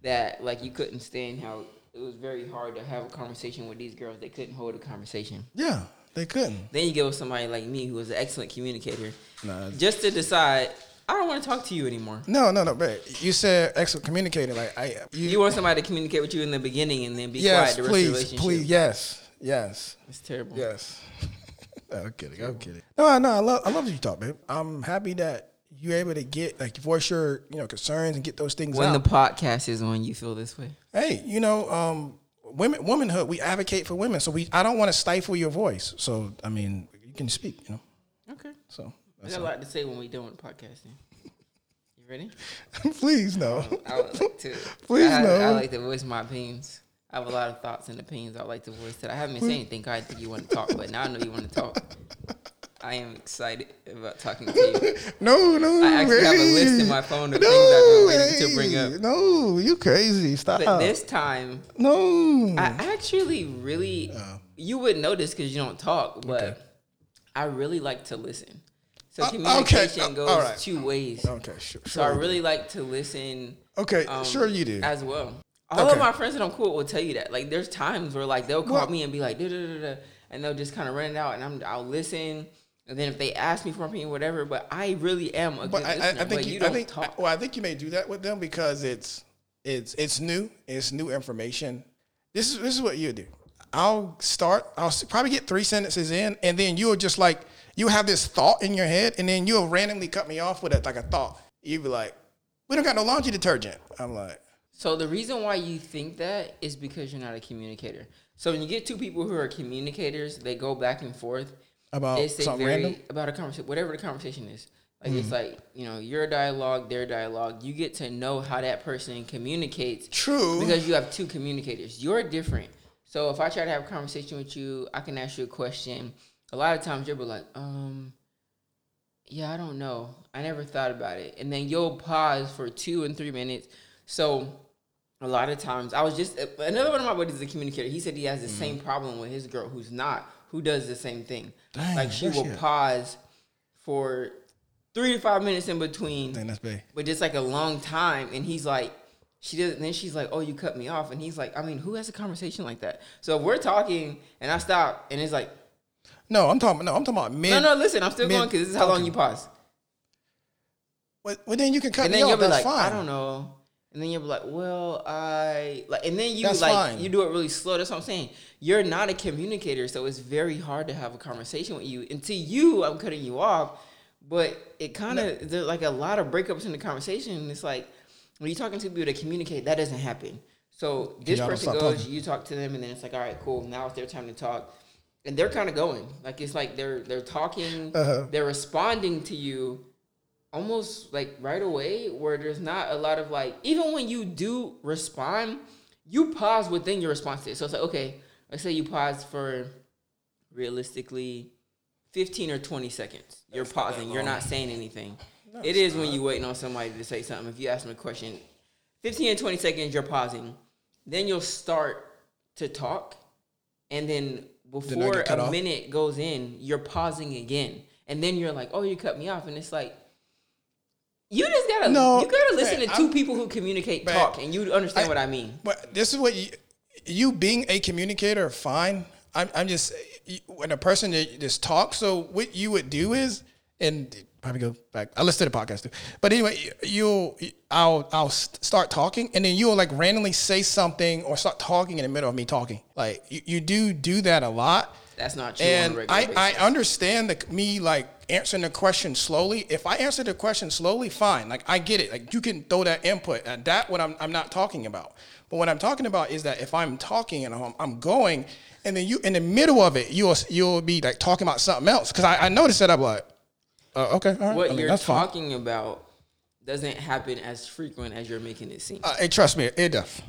Speaker 3: that like you couldn't stand how it was very hard to have a conversation with these girls. They couldn't hold a conversation.
Speaker 1: Yeah. They couldn't.
Speaker 3: Then you get with somebody like me who was an excellent communicator,
Speaker 1: Nah.
Speaker 3: just to decide I don't want to talk to you anymore.
Speaker 1: No. No. No. But you said excellent communicator. Like I.
Speaker 3: You want somebody to communicate with you in the beginning and then be
Speaker 1: Yes,
Speaker 3: quiet the rest of the
Speaker 1: please,
Speaker 3: relationship.
Speaker 1: please, yes, yes,
Speaker 3: It's terrible.
Speaker 1: yes. No, I'm kidding. I'm kidding. No, no, I love, I love that you talk, babe. I'm happy that you're able to get like voice your, you know, concerns and get those things
Speaker 3: When
Speaker 1: out.
Speaker 3: the podcast is on, you feel this way.
Speaker 1: hey, you know, um, women, womanhood. We advocate for women, so we. I don't want to stifle your voice. So I mean, you can speak. You know,
Speaker 3: Okay.
Speaker 1: so
Speaker 3: I got a lot to say when we done with podcasting. You ready?
Speaker 1: please no.
Speaker 3: I would like to.
Speaker 1: Please,
Speaker 3: I,
Speaker 1: no.
Speaker 3: I like to voice my opinions. I have a lot of thoughts and opinions. I like to voice that. I haven't said anything. I think you want to talk, but now I know you want to talk. I am excited about talking to you.
Speaker 1: No, no.
Speaker 3: I actually have a list in my phone of things I've been waiting to bring
Speaker 1: hey,
Speaker 3: up.
Speaker 1: No, you crazy. Stop.
Speaker 3: But this time,
Speaker 1: no.
Speaker 3: I actually really, you would notice because you don't talk, but
Speaker 1: Oh. Okay.
Speaker 3: I really like to listen. So
Speaker 1: Uh, okay.
Speaker 3: communication
Speaker 1: Uh,
Speaker 3: goes
Speaker 1: alright.
Speaker 3: two ways.
Speaker 1: okay, sure.
Speaker 3: So I
Speaker 1: sure.
Speaker 3: really like to listen.
Speaker 1: Okay,
Speaker 3: um,
Speaker 1: sure you do.
Speaker 3: as well. All
Speaker 1: Okay.
Speaker 3: of my friends that I'm cool with will tell you that. Like, there's times where like they'll call
Speaker 1: Well-
Speaker 3: me and be like, da, da, da, da, and they'll just kind of run it out, and I'm I'll listen. And then if they ask me for my opinion, whatever, but I really am a
Speaker 1: But
Speaker 3: good
Speaker 1: I, I, I
Speaker 3: listener.
Speaker 1: think
Speaker 3: but
Speaker 1: you,
Speaker 3: you, don't
Speaker 1: I think,
Speaker 3: talk.
Speaker 1: Well, I think you may do that with them because it's it's it's new. It's new information. This is this is what you do. I'll start. I'll s- probably get three sentences in, and then you'll just like you have this thought in your head, and then you'll randomly cut me off with a, like a thought. You'd be like, "We don't got no laundry detergent." I'm like,
Speaker 3: so the reason why you think that is because you're not a communicator. So when you get two people who are communicators, they go back and forth.
Speaker 1: About
Speaker 3: it's a
Speaker 1: Oh, something
Speaker 3: very
Speaker 1: random? Mm-hmm.
Speaker 3: about a conversation, whatever the conversation is. Like it's like you know your dialogue, their dialogue. You get to know how that person communicates.
Speaker 1: "True."
Speaker 3: because you have two communicators. You're different. So if I try to have a conversation with you, I can ask you a question. A lot of times you'll be like, um, yeah, I don't know. I never thought about it. And then you'll pause for two and three minutes. So a lot of times I was just another one of my buddies is a communicator. He said he has the
Speaker 1: Mm-hmm.
Speaker 3: same problem with his girl who's not, who does the same thing.
Speaker 1: Dang,
Speaker 3: like she
Speaker 1: where's
Speaker 3: will
Speaker 1: she at?
Speaker 3: pause for three to five minutes in between
Speaker 1: Dang, that's big.
Speaker 3: but just like a long time and he's like she doesn't then she's like oh you cut me off and he's like i mean who has a conversation like that so if we're talking and i stop and it's like
Speaker 1: No, I'm talking. No, I'm talking about mid.
Speaker 3: no no listen i'm still
Speaker 1: Mid-
Speaker 3: going because this is how long you pause
Speaker 1: Well, well, then you can cut
Speaker 3: and
Speaker 1: me
Speaker 3: then you'll
Speaker 1: off.
Speaker 3: be
Speaker 1: That's
Speaker 3: like
Speaker 1: fine.
Speaker 3: i don't know and then you'll be like well i like and then you
Speaker 1: That's
Speaker 3: like
Speaker 1: fine.
Speaker 3: you do it really slow that's what i'm saying you're not a communicator so it's very hard to have a conversation with you and to you i'm cutting you off but it kind of there's like a lot of breakups in the conversation and it's like when you're talking to people to communicate that doesn't happen so this
Speaker 1: Y'all don't
Speaker 3: person
Speaker 1: stop
Speaker 3: goes
Speaker 1: talking.
Speaker 3: you talk to them and then it's like all right cool now it's their time to talk and they're kind of going like it's like they're they're talking they're responding to you almost like right away where there's not a lot of like even when you do respond you pause within your responses so it's like okay let's say you pause for realistically 15 or 20 seconds you're pausing you're not saying anything it is when you're waiting on somebody to say something if you ask them a question 15 and 20 seconds you're pausing then you'll start to talk and then before
Speaker 1: cut
Speaker 3: a
Speaker 1: off?
Speaker 3: minute goes in you're pausing again and then you're like oh you cut me off and it's like you just gotta
Speaker 1: No,
Speaker 3: you gotta listen
Speaker 1: man,
Speaker 3: to 2
Speaker 1: I'm-
Speaker 3: people who communicate
Speaker 1: Man,
Speaker 3: talk and you understand
Speaker 1: I-
Speaker 3: what i mean
Speaker 1: But this is what you, you being a communicator, fine. I'm, I'm just you- when a person that just talks. So what you would do is, and probably go back. I listen to the podcast too. But anyway, you'll I'll I'll st- start talking, and then you'll like randomly say something or start talking in the middle of me talking. Like you, you do do that a lot.
Speaker 3: That's not true on a
Speaker 1: And
Speaker 3: regular
Speaker 1: I, I
Speaker 3: basis.
Speaker 1: understand the me like answering the question slowly. If I answer the question slowly, fine. Like I get it. Like you can throw that input. And that what I'm I'm not talking about. But what I'm talking about is that if I'm talking and I'm, I'm going, and then you in the middle of it, you'll you'll be like talking about something else. Because I, I noticed that I'm like, uh, okay, all right.
Speaker 3: What
Speaker 1: I mean,
Speaker 3: you're
Speaker 1: that's fine.
Speaker 3: talking about doesn't happen as frequent as you're making it seem.
Speaker 1: Uh, and trust me, it does.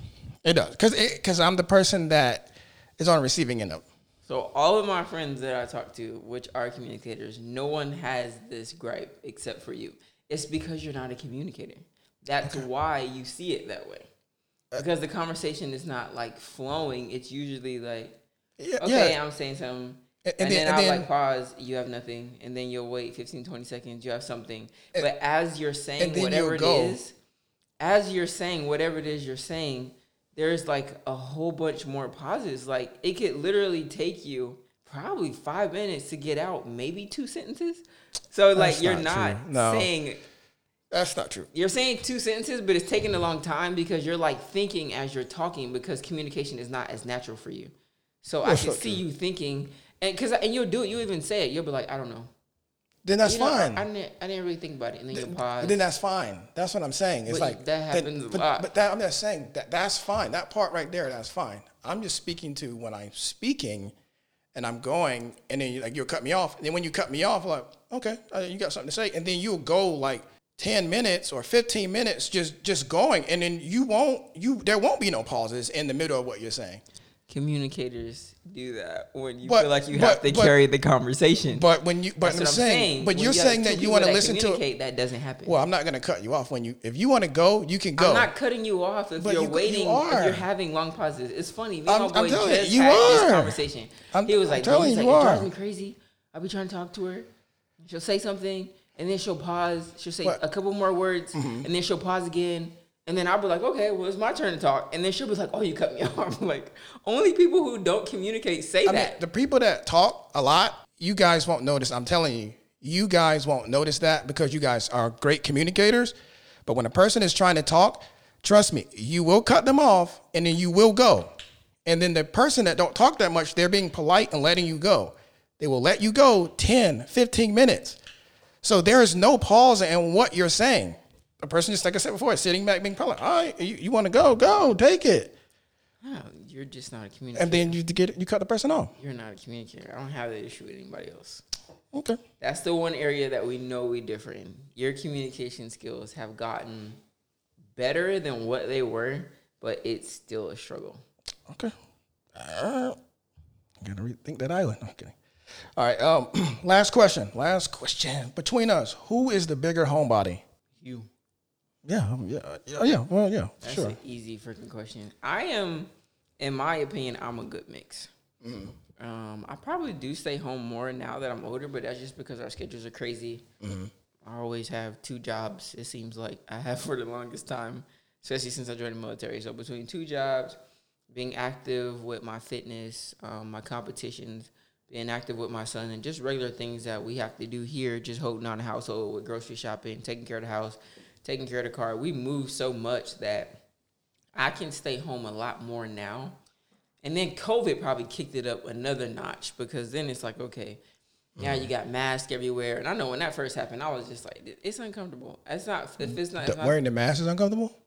Speaker 1: It does. Because because I'm the person that is on the receiving end of. it.
Speaker 3: So all of my friends that I talk to, which are communicators, no one has this gripe except for you. It's because you're not a communicator. That's why you see it that way. Because the conversation is not like flowing. It's usually like,
Speaker 1: Yeah,
Speaker 3: okay,
Speaker 1: yeah.
Speaker 3: I'm saying something.
Speaker 1: A- and
Speaker 3: And,
Speaker 1: then-
Speaker 3: then,
Speaker 1: and
Speaker 3: I'll
Speaker 1: then-
Speaker 3: like pause, you have nothing. And then you'll wait 15, 20 seconds, you have something. But as you're saying
Speaker 1: then
Speaker 3: whatever
Speaker 1: you'll
Speaker 3: it
Speaker 1: go.
Speaker 3: is, as you're saying whatever it is you're saying, there's like a whole bunch more pauses. Like it could literally take you probably five minutes to get out maybe two sentences. So like you're
Speaker 1: not
Speaker 3: not,
Speaker 1: true. No.
Speaker 3: saying
Speaker 1: That's not true.
Speaker 3: you're saying two sentences, but it's taking a long time because you're like thinking as you're talking because communication is not as natural for you. So I can
Speaker 1: not
Speaker 3: see you thinking, and because and you'll do it. You even say it. You'll be like, I don't know.
Speaker 1: Then that's
Speaker 3: You know, I-
Speaker 1: fine.
Speaker 3: I, didn't. I didn't really think about it. And then you pause.
Speaker 1: But then that's fine. That's what I'm saying. It's
Speaker 3: But
Speaker 1: like
Speaker 3: that happens a
Speaker 1: but,
Speaker 3: lot.
Speaker 1: But that, I'm just saying that that's fine. That part right there, that's fine. I'm just speaking to when I'm speaking, and I'm going, and then you, like you'll cut me off. And then when you cut me off, I'm like okay, uh, you got something to say, and then you'll go like. 10 minutes or 15 minutes just just going and then you won't you there won't be no pauses in the middle of what you're saying
Speaker 3: communicators do that when you
Speaker 1: But-
Speaker 3: feel like you
Speaker 1: but-
Speaker 3: have to
Speaker 1: but-
Speaker 3: carry the conversation.
Speaker 1: but when you but
Speaker 3: That's
Speaker 1: I'm,
Speaker 3: what
Speaker 1: saying, but
Speaker 3: When
Speaker 1: you're
Speaker 3: have
Speaker 1: saying
Speaker 3: two
Speaker 1: that you
Speaker 3: people
Speaker 1: want to listen to
Speaker 3: communicate, that doesn't happen.
Speaker 1: well I'm not going to cut you off when you if you want to go you can go
Speaker 3: I'm not cutting you off if
Speaker 1: But
Speaker 3: you're
Speaker 1: you- you
Speaker 3: waiting.
Speaker 1: are.
Speaker 3: if you're having long pauses, it's funny. Me
Speaker 1: I'm-
Speaker 3: and my
Speaker 1: I'm
Speaker 3: boy
Speaker 1: telling you,
Speaker 3: just
Speaker 1: you
Speaker 3: had
Speaker 1: are.
Speaker 3: this conversation.
Speaker 1: I'm-
Speaker 3: he was
Speaker 1: I'm
Speaker 3: like,
Speaker 1: telling
Speaker 3: he's
Speaker 1: you,
Speaker 3: like,
Speaker 1: you
Speaker 3: it
Speaker 1: are.
Speaker 3: drives me crazy. I'll be trying to talk to her. She'll say something, and then she'll pause. She'll say
Speaker 1: What? Mm-hmm.
Speaker 3: a couple more words, and then she'll pause again. And then I'll be like, okay, well, it's my turn to talk. And then she'll be like, oh, you cut me off. like, only people who don't communicate say
Speaker 1: I mean,
Speaker 3: that.
Speaker 1: the people that talk a lot, you guys won't notice. I'm telling you, you guys won't notice that because you guys are great communicators. But when a person is trying to talk, trust me, you will cut them off and then you will go. And then the person that don't talk that much, they're being polite and letting you go. They will let you go 10, 15 minutes. So there is no pause in what you're saying. The person, just like I said before, is sitting back being polite. All right, you, you want to go, go, take it.
Speaker 3: No, you're just not a communicator.
Speaker 1: And then you get you cut the person off.
Speaker 3: you're not a communicator. I don't have that issue with anybody else.
Speaker 1: Okay.
Speaker 3: That's the one area that we know we differ in. Your communication skills have gotten better than what they were, but it's still a struggle.
Speaker 1: Okay. Uh, I gotta rethink that island. No, I'm kidding. All right. Um, last question. Last question. Between us, who is the bigger homebody?
Speaker 3: You.
Speaker 1: Yeah. um, Yeah. uh, Yeah. yeah well. Yeah.
Speaker 3: That's
Speaker 1: sure.
Speaker 3: an easy freaking question. I am, in my opinion, I'm a good mix. Um, I probably do stay home more now that I'm older, but that's just because our schedules are crazy. I always have two jobs. It seems like I have for the longest time, especially since I joined the military. So between two jobs, being active with my fitness, um, my competitions, being active with my son, and just regular things that we have to do here, just holding down the household with grocery shopping, taking care of the house, taking care of the car. We move so much that I can stay home a lot more now. And then COVID probably kicked it up another notch because then it's like, okay, now
Speaker 1: Mm.
Speaker 3: you got masks everywhere. And I know when that first happened, I was just like, it's uncomfortable. It's not, if it's
Speaker 1: Mm,
Speaker 3: not,
Speaker 1: The-
Speaker 3: if I-
Speaker 1: wearing the mask is uncomfortable.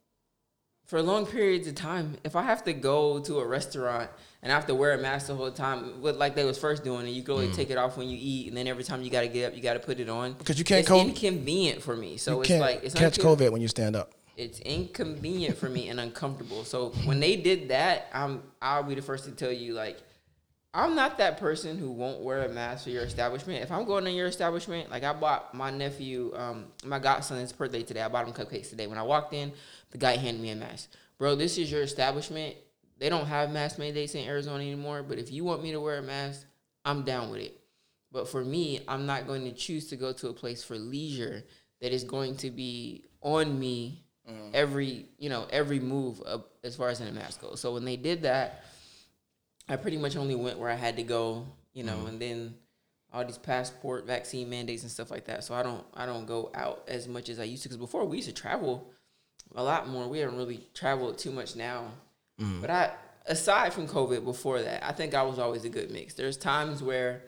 Speaker 3: for long periods of time. If I have to go to a restaurant and I have to wear a mask the whole time, what like they was first doing, and you can only
Speaker 1: Mm.
Speaker 3: take it off when you eat, and then every time you got to get up, you got to put it on
Speaker 1: Because you can't
Speaker 3: It's
Speaker 1: co-
Speaker 3: inconvenient for me. So
Speaker 1: You
Speaker 3: it's
Speaker 1: can't
Speaker 3: like it's
Speaker 1: catch
Speaker 3: uncom-
Speaker 1: COVID when you stand up.
Speaker 3: It's inconvenient for me and uncomfortable. So when they did that, I'm I'll be the first to tell you like. I'm not that person who won't wear a mask for your establishment. If I'm going to your establishment, like I bought my nephew, um, my godson's birthday today. I bought him cupcakes today. When I walked in, the guy handed me a mask. Bro, this is your establishment. They don't have mask mandates in Arizona anymore. But if you want me to wear a mask, I'm down with it. But for me, I'm not going to choose to go to a place for leisure that is going to be on me every you know every move uh, as far as in a mask goes. So when they did that, I pretty much only went where I had to go, you know, and then all these passport vaccine mandates and stuff like that. So I don't I don't go out as much as I used to because before we used to travel a lot more. We haven't really traveled too much now. But I aside from COVID before that, I think I was always a good mix. There's times where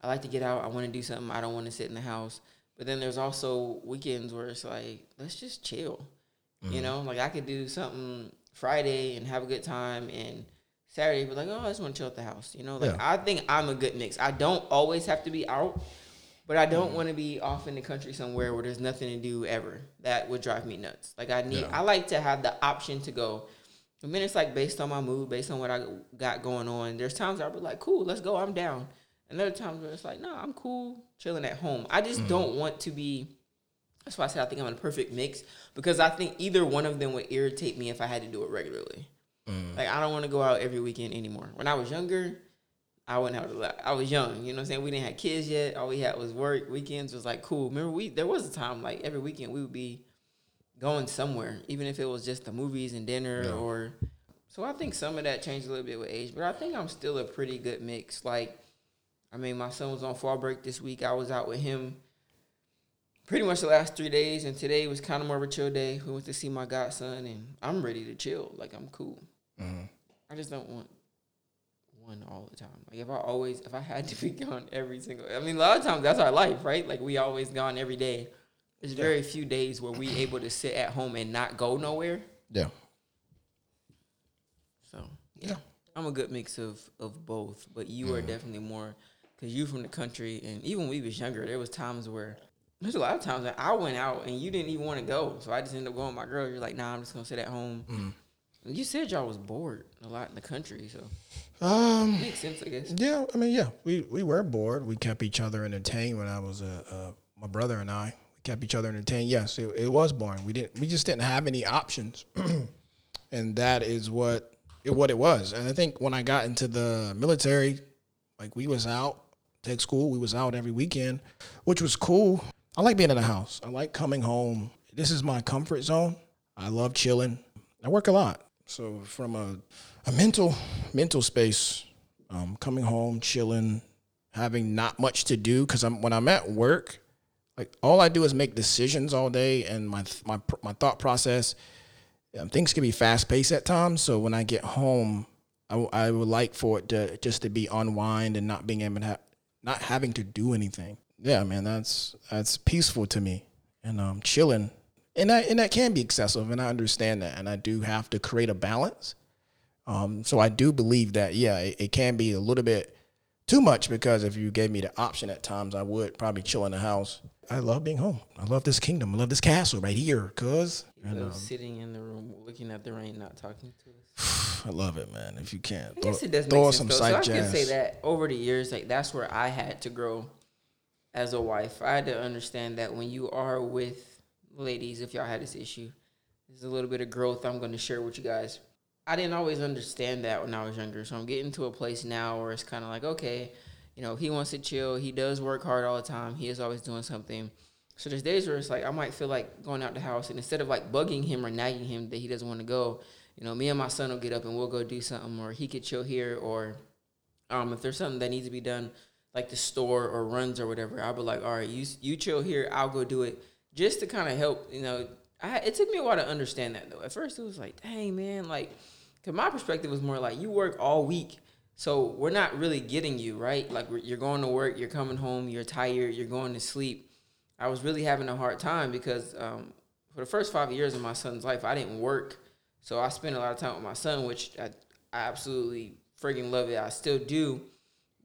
Speaker 3: I like to get out, I want to do something, I don't want to sit in the house. But then there's also weekends where it's like, let's just chill. You know, like I could do something Friday and have a good time and Saturday be like, oh, I just want to chill at the house. You know, like
Speaker 4: Yeah.
Speaker 3: I think I'm a good mix. I don't always have to be out, but I don't want to be off in the country somewhere where there's nothing to do ever. That would drive me nuts. Like I need, I like to have the option to go. And then it's like based on my mood, based on what I got going on. There's times I'll be like, cool, let's go, I'm down. And other times where it's like, no, I'm cool, chilling at home. I just don't want to be that's why I said I think I'm in a perfect mix because I think either one of them would irritate me if I had to do it regularly. Like I don't want to go out every weekend anymore. When I was younger, I went out a lot. I was young, you know what I'm saying? We didn't have kids yet. All we had was work. Weekends was like cool. Remember we there was a time like every weekend we would be going somewhere, even if it was just the movies and dinner or so I think some of that changed a little bit with age, but I think I'm still a pretty good mix. Like I mean, my son was on fall break this week. I was out with him pretty much the last three days, and today was kind of more of a chill day. We went to see my godson, and I'm ready to chill. Like I'm cool. I just don't want one all the time. Like if I always, if I had to be gone every single, I mean, a lot of times that's our life, right? Like we always gone every day. There's very few days where we able to sit at home and not go nowhere.
Speaker 4: Yeah.
Speaker 3: So yeah, I'm a good mix of of both. But you are definitely more because you from the country, and even when we was younger, there was times where there's a lot of times that I went out and you didn't even want to go, so I just ended up going with my girl. You're like, nah, I'm just gonna sit at home. And You said y'all was bored a lot in the country, so
Speaker 1: Um,
Speaker 3: makes sense, I guess.
Speaker 1: Yeah, I mean, yeah, we we were bored. We kept each other entertained when I was uh, uh, my brother and I. We kept each other entertained. Yes, it, it was boring. We didn't. We just didn't have any options, and that is what it, what it was. And I think when I got into the military, like we was out take school. We was out every weekend, which was cool. I like being in the house. I like coming home. This is my comfort zone. I love chilling. I work a lot. So from a, a mental mental space, um, coming home, chilling, having not much to do because I'm when I'm at work, like all I do is make decisions all day, and my th- my pr- my thought process um, things can be fast paced at times. So when I get home, I, w- I would like for it to just to be unwind and not being able to have, not having to do anything. Yeah, man, that's that's peaceful to me and um chilling. And that and that can be excessive, and I understand that, and I do have to create a balance. Um, so I do believe that yeah, it, it can be a little bit too much because if you gave me the option at times, I would probably chill in the house. I love being home. I love this kingdom. I love this castle right here, cuz.
Speaker 3: So sitting in the room, looking at the rain, not talking to us.
Speaker 1: I love it, man. If you can,
Speaker 3: I
Speaker 1: throw,
Speaker 3: guess it does
Speaker 1: throw
Speaker 3: make
Speaker 1: us some
Speaker 3: sense. Though. So I
Speaker 1: psych
Speaker 3: can
Speaker 1: jazz.
Speaker 3: say that over the years, like that's where I had to grow as a wife. I had to understand that when you are with ladies, if y'all had this issue, there's a little bit of growth I'm going to share with you guys. I didn't always understand that when I was younger, so I'm getting to a place now where it's kind of like, okay, you know, he wants to chill. He does work hard all the time. He is always doing something. So there's days where it's like I might feel like going out the house, and instead of like bugging him or nagging him that he doesn't want to go, you know, me and my son will get up and we'll go do something, or he could chill here, or um, if there's something that needs to be done, like the store or runs or whatever, I'll be like, all right, you you chill here, I'll go do it, just to kind of help. You know, I, it took me a while to understand that though. At first, it was like, dang man, like, cause my perspective was more like you work all week, so we're not really getting you right. Like we're- you're going to work, you're coming home, you're tired, you're going to sleep. I was really having a hard time because um, for the first five years of my son's life, I didn't work. So I spent a lot of time with my son, which I, I absolutely friggin' love it. I still do.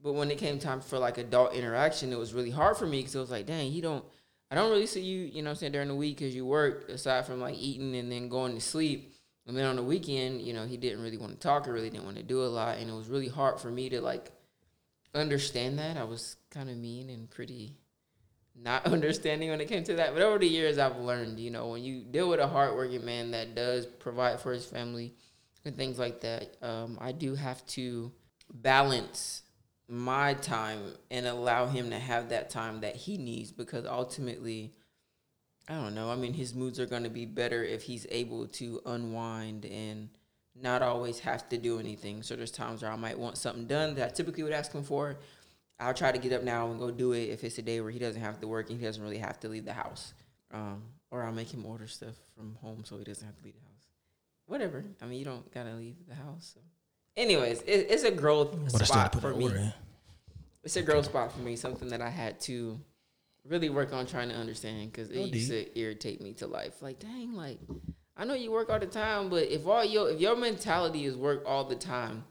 Speaker 3: But when it came time for like adult interaction, it was really hard for me because it was like, dang, you don't, I don't really see you, you know what I'm saying, during the week because you work aside from like eating and then going to sleep. And then on the weekend, you know, he didn't really want to talk or really didn't want to do a lot. And it was really hard for me to like understand that. I was kind of mean and pretty not understanding when it came to that. But over the years, I've learned, you know, when you deal with a hardworking man that does provide for his family and things like that, um, I do have to balance my time and allow him to have that time that he needs because ultimately, I don't know. I mean, his moods are going to be better if he's able to unwind and not always have to do anything. So there's times where I might want something done that I typically would ask him for. I'll try to get up now and go do it if it's a day where he doesn't have to work and he doesn't really have to leave the house. Um, or I'll make him order stuff from home so he doesn't have to leave the house. Whatever. I mean, you don't gotta leave the house. So. Anyways, it, it's a growth
Speaker 1: But I still
Speaker 3: spot
Speaker 1: put eh?
Speaker 3: for
Speaker 1: that
Speaker 3: me
Speaker 1: order in.
Speaker 3: it's a growth spot for me. Something that I had to really work on trying to understand because it used to irritate me to life. Like, dang, like I know you work all the time, but if all your if your mentality is work all the time,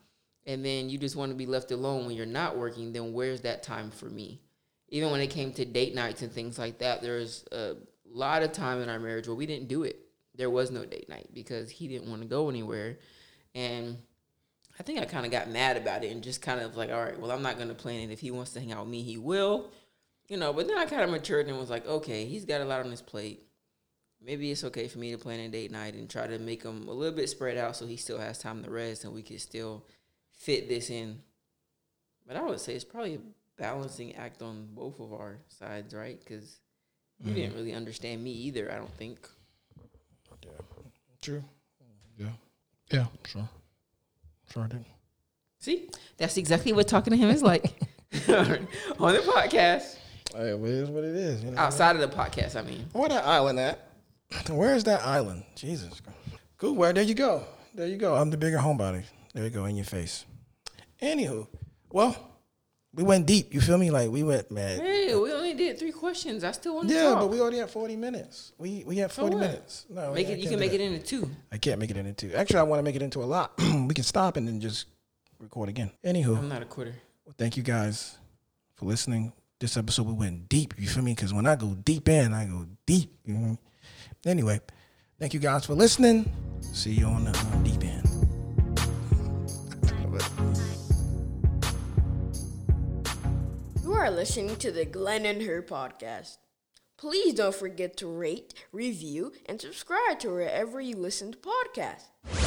Speaker 3: and then you just want to be left alone when you're not working, then where's that time for me? Even when it came to date nights and things like that, there's a lot of time in our marriage where we didn't do it. There was no date night because he didn't want to go anywhere, and I think I kind of got mad about it and just kind of like, all right, well, I'm not going to plan it. If he wants to hang out with me, he will, you know. But then I kind of matured and was like, okay, he's got a lot on his plate. Maybe it's okay for me to plan a date night and try to make him a little bit spread out so he still has time to rest and we can still fit this in. But I would say it's probably a balancing act on both of our sides, right? Because you didn't really understand me either, I don't think.
Speaker 1: True. Yeah. Yeah. Sure. Sure, I did.
Speaker 3: See, that's exactly what talking to him is like on the podcast.
Speaker 1: Hey, but it is what it is. You know?
Speaker 3: Outside of the podcast, I mean.
Speaker 1: Where that island at? Where's that island? Jesus. Good. Where? There you go. There you go. I'm the bigger homebody. There you go. In your face. Anywho, well, we went deep. You feel me? Like we went mad.
Speaker 3: Hey, we only did three questions. I still want to
Speaker 1: Yeah,
Speaker 3: talk.
Speaker 1: but we already have 40 minutes. We we have 40
Speaker 3: what?
Speaker 1: minutes. No,
Speaker 3: make
Speaker 1: I
Speaker 3: it. You
Speaker 1: can't
Speaker 3: can
Speaker 1: do
Speaker 3: make
Speaker 1: that.
Speaker 3: it into two.
Speaker 1: I can't make it into two. Actually, I want to make it into a lot. we can stop and then just record again. Anywho.
Speaker 3: I'm not a quitter.
Speaker 1: Well, thank you guys for listening. This episode we went deep. You feel me? Because when I go deep in, I go deep. You know? Anyway, thank you guys for listening. See you on the uh, deep end.
Speaker 4: You are listening to the Glenn and Her podcast. Please don't forget to rate, review, and subscribe to wherever you listen to podcasts.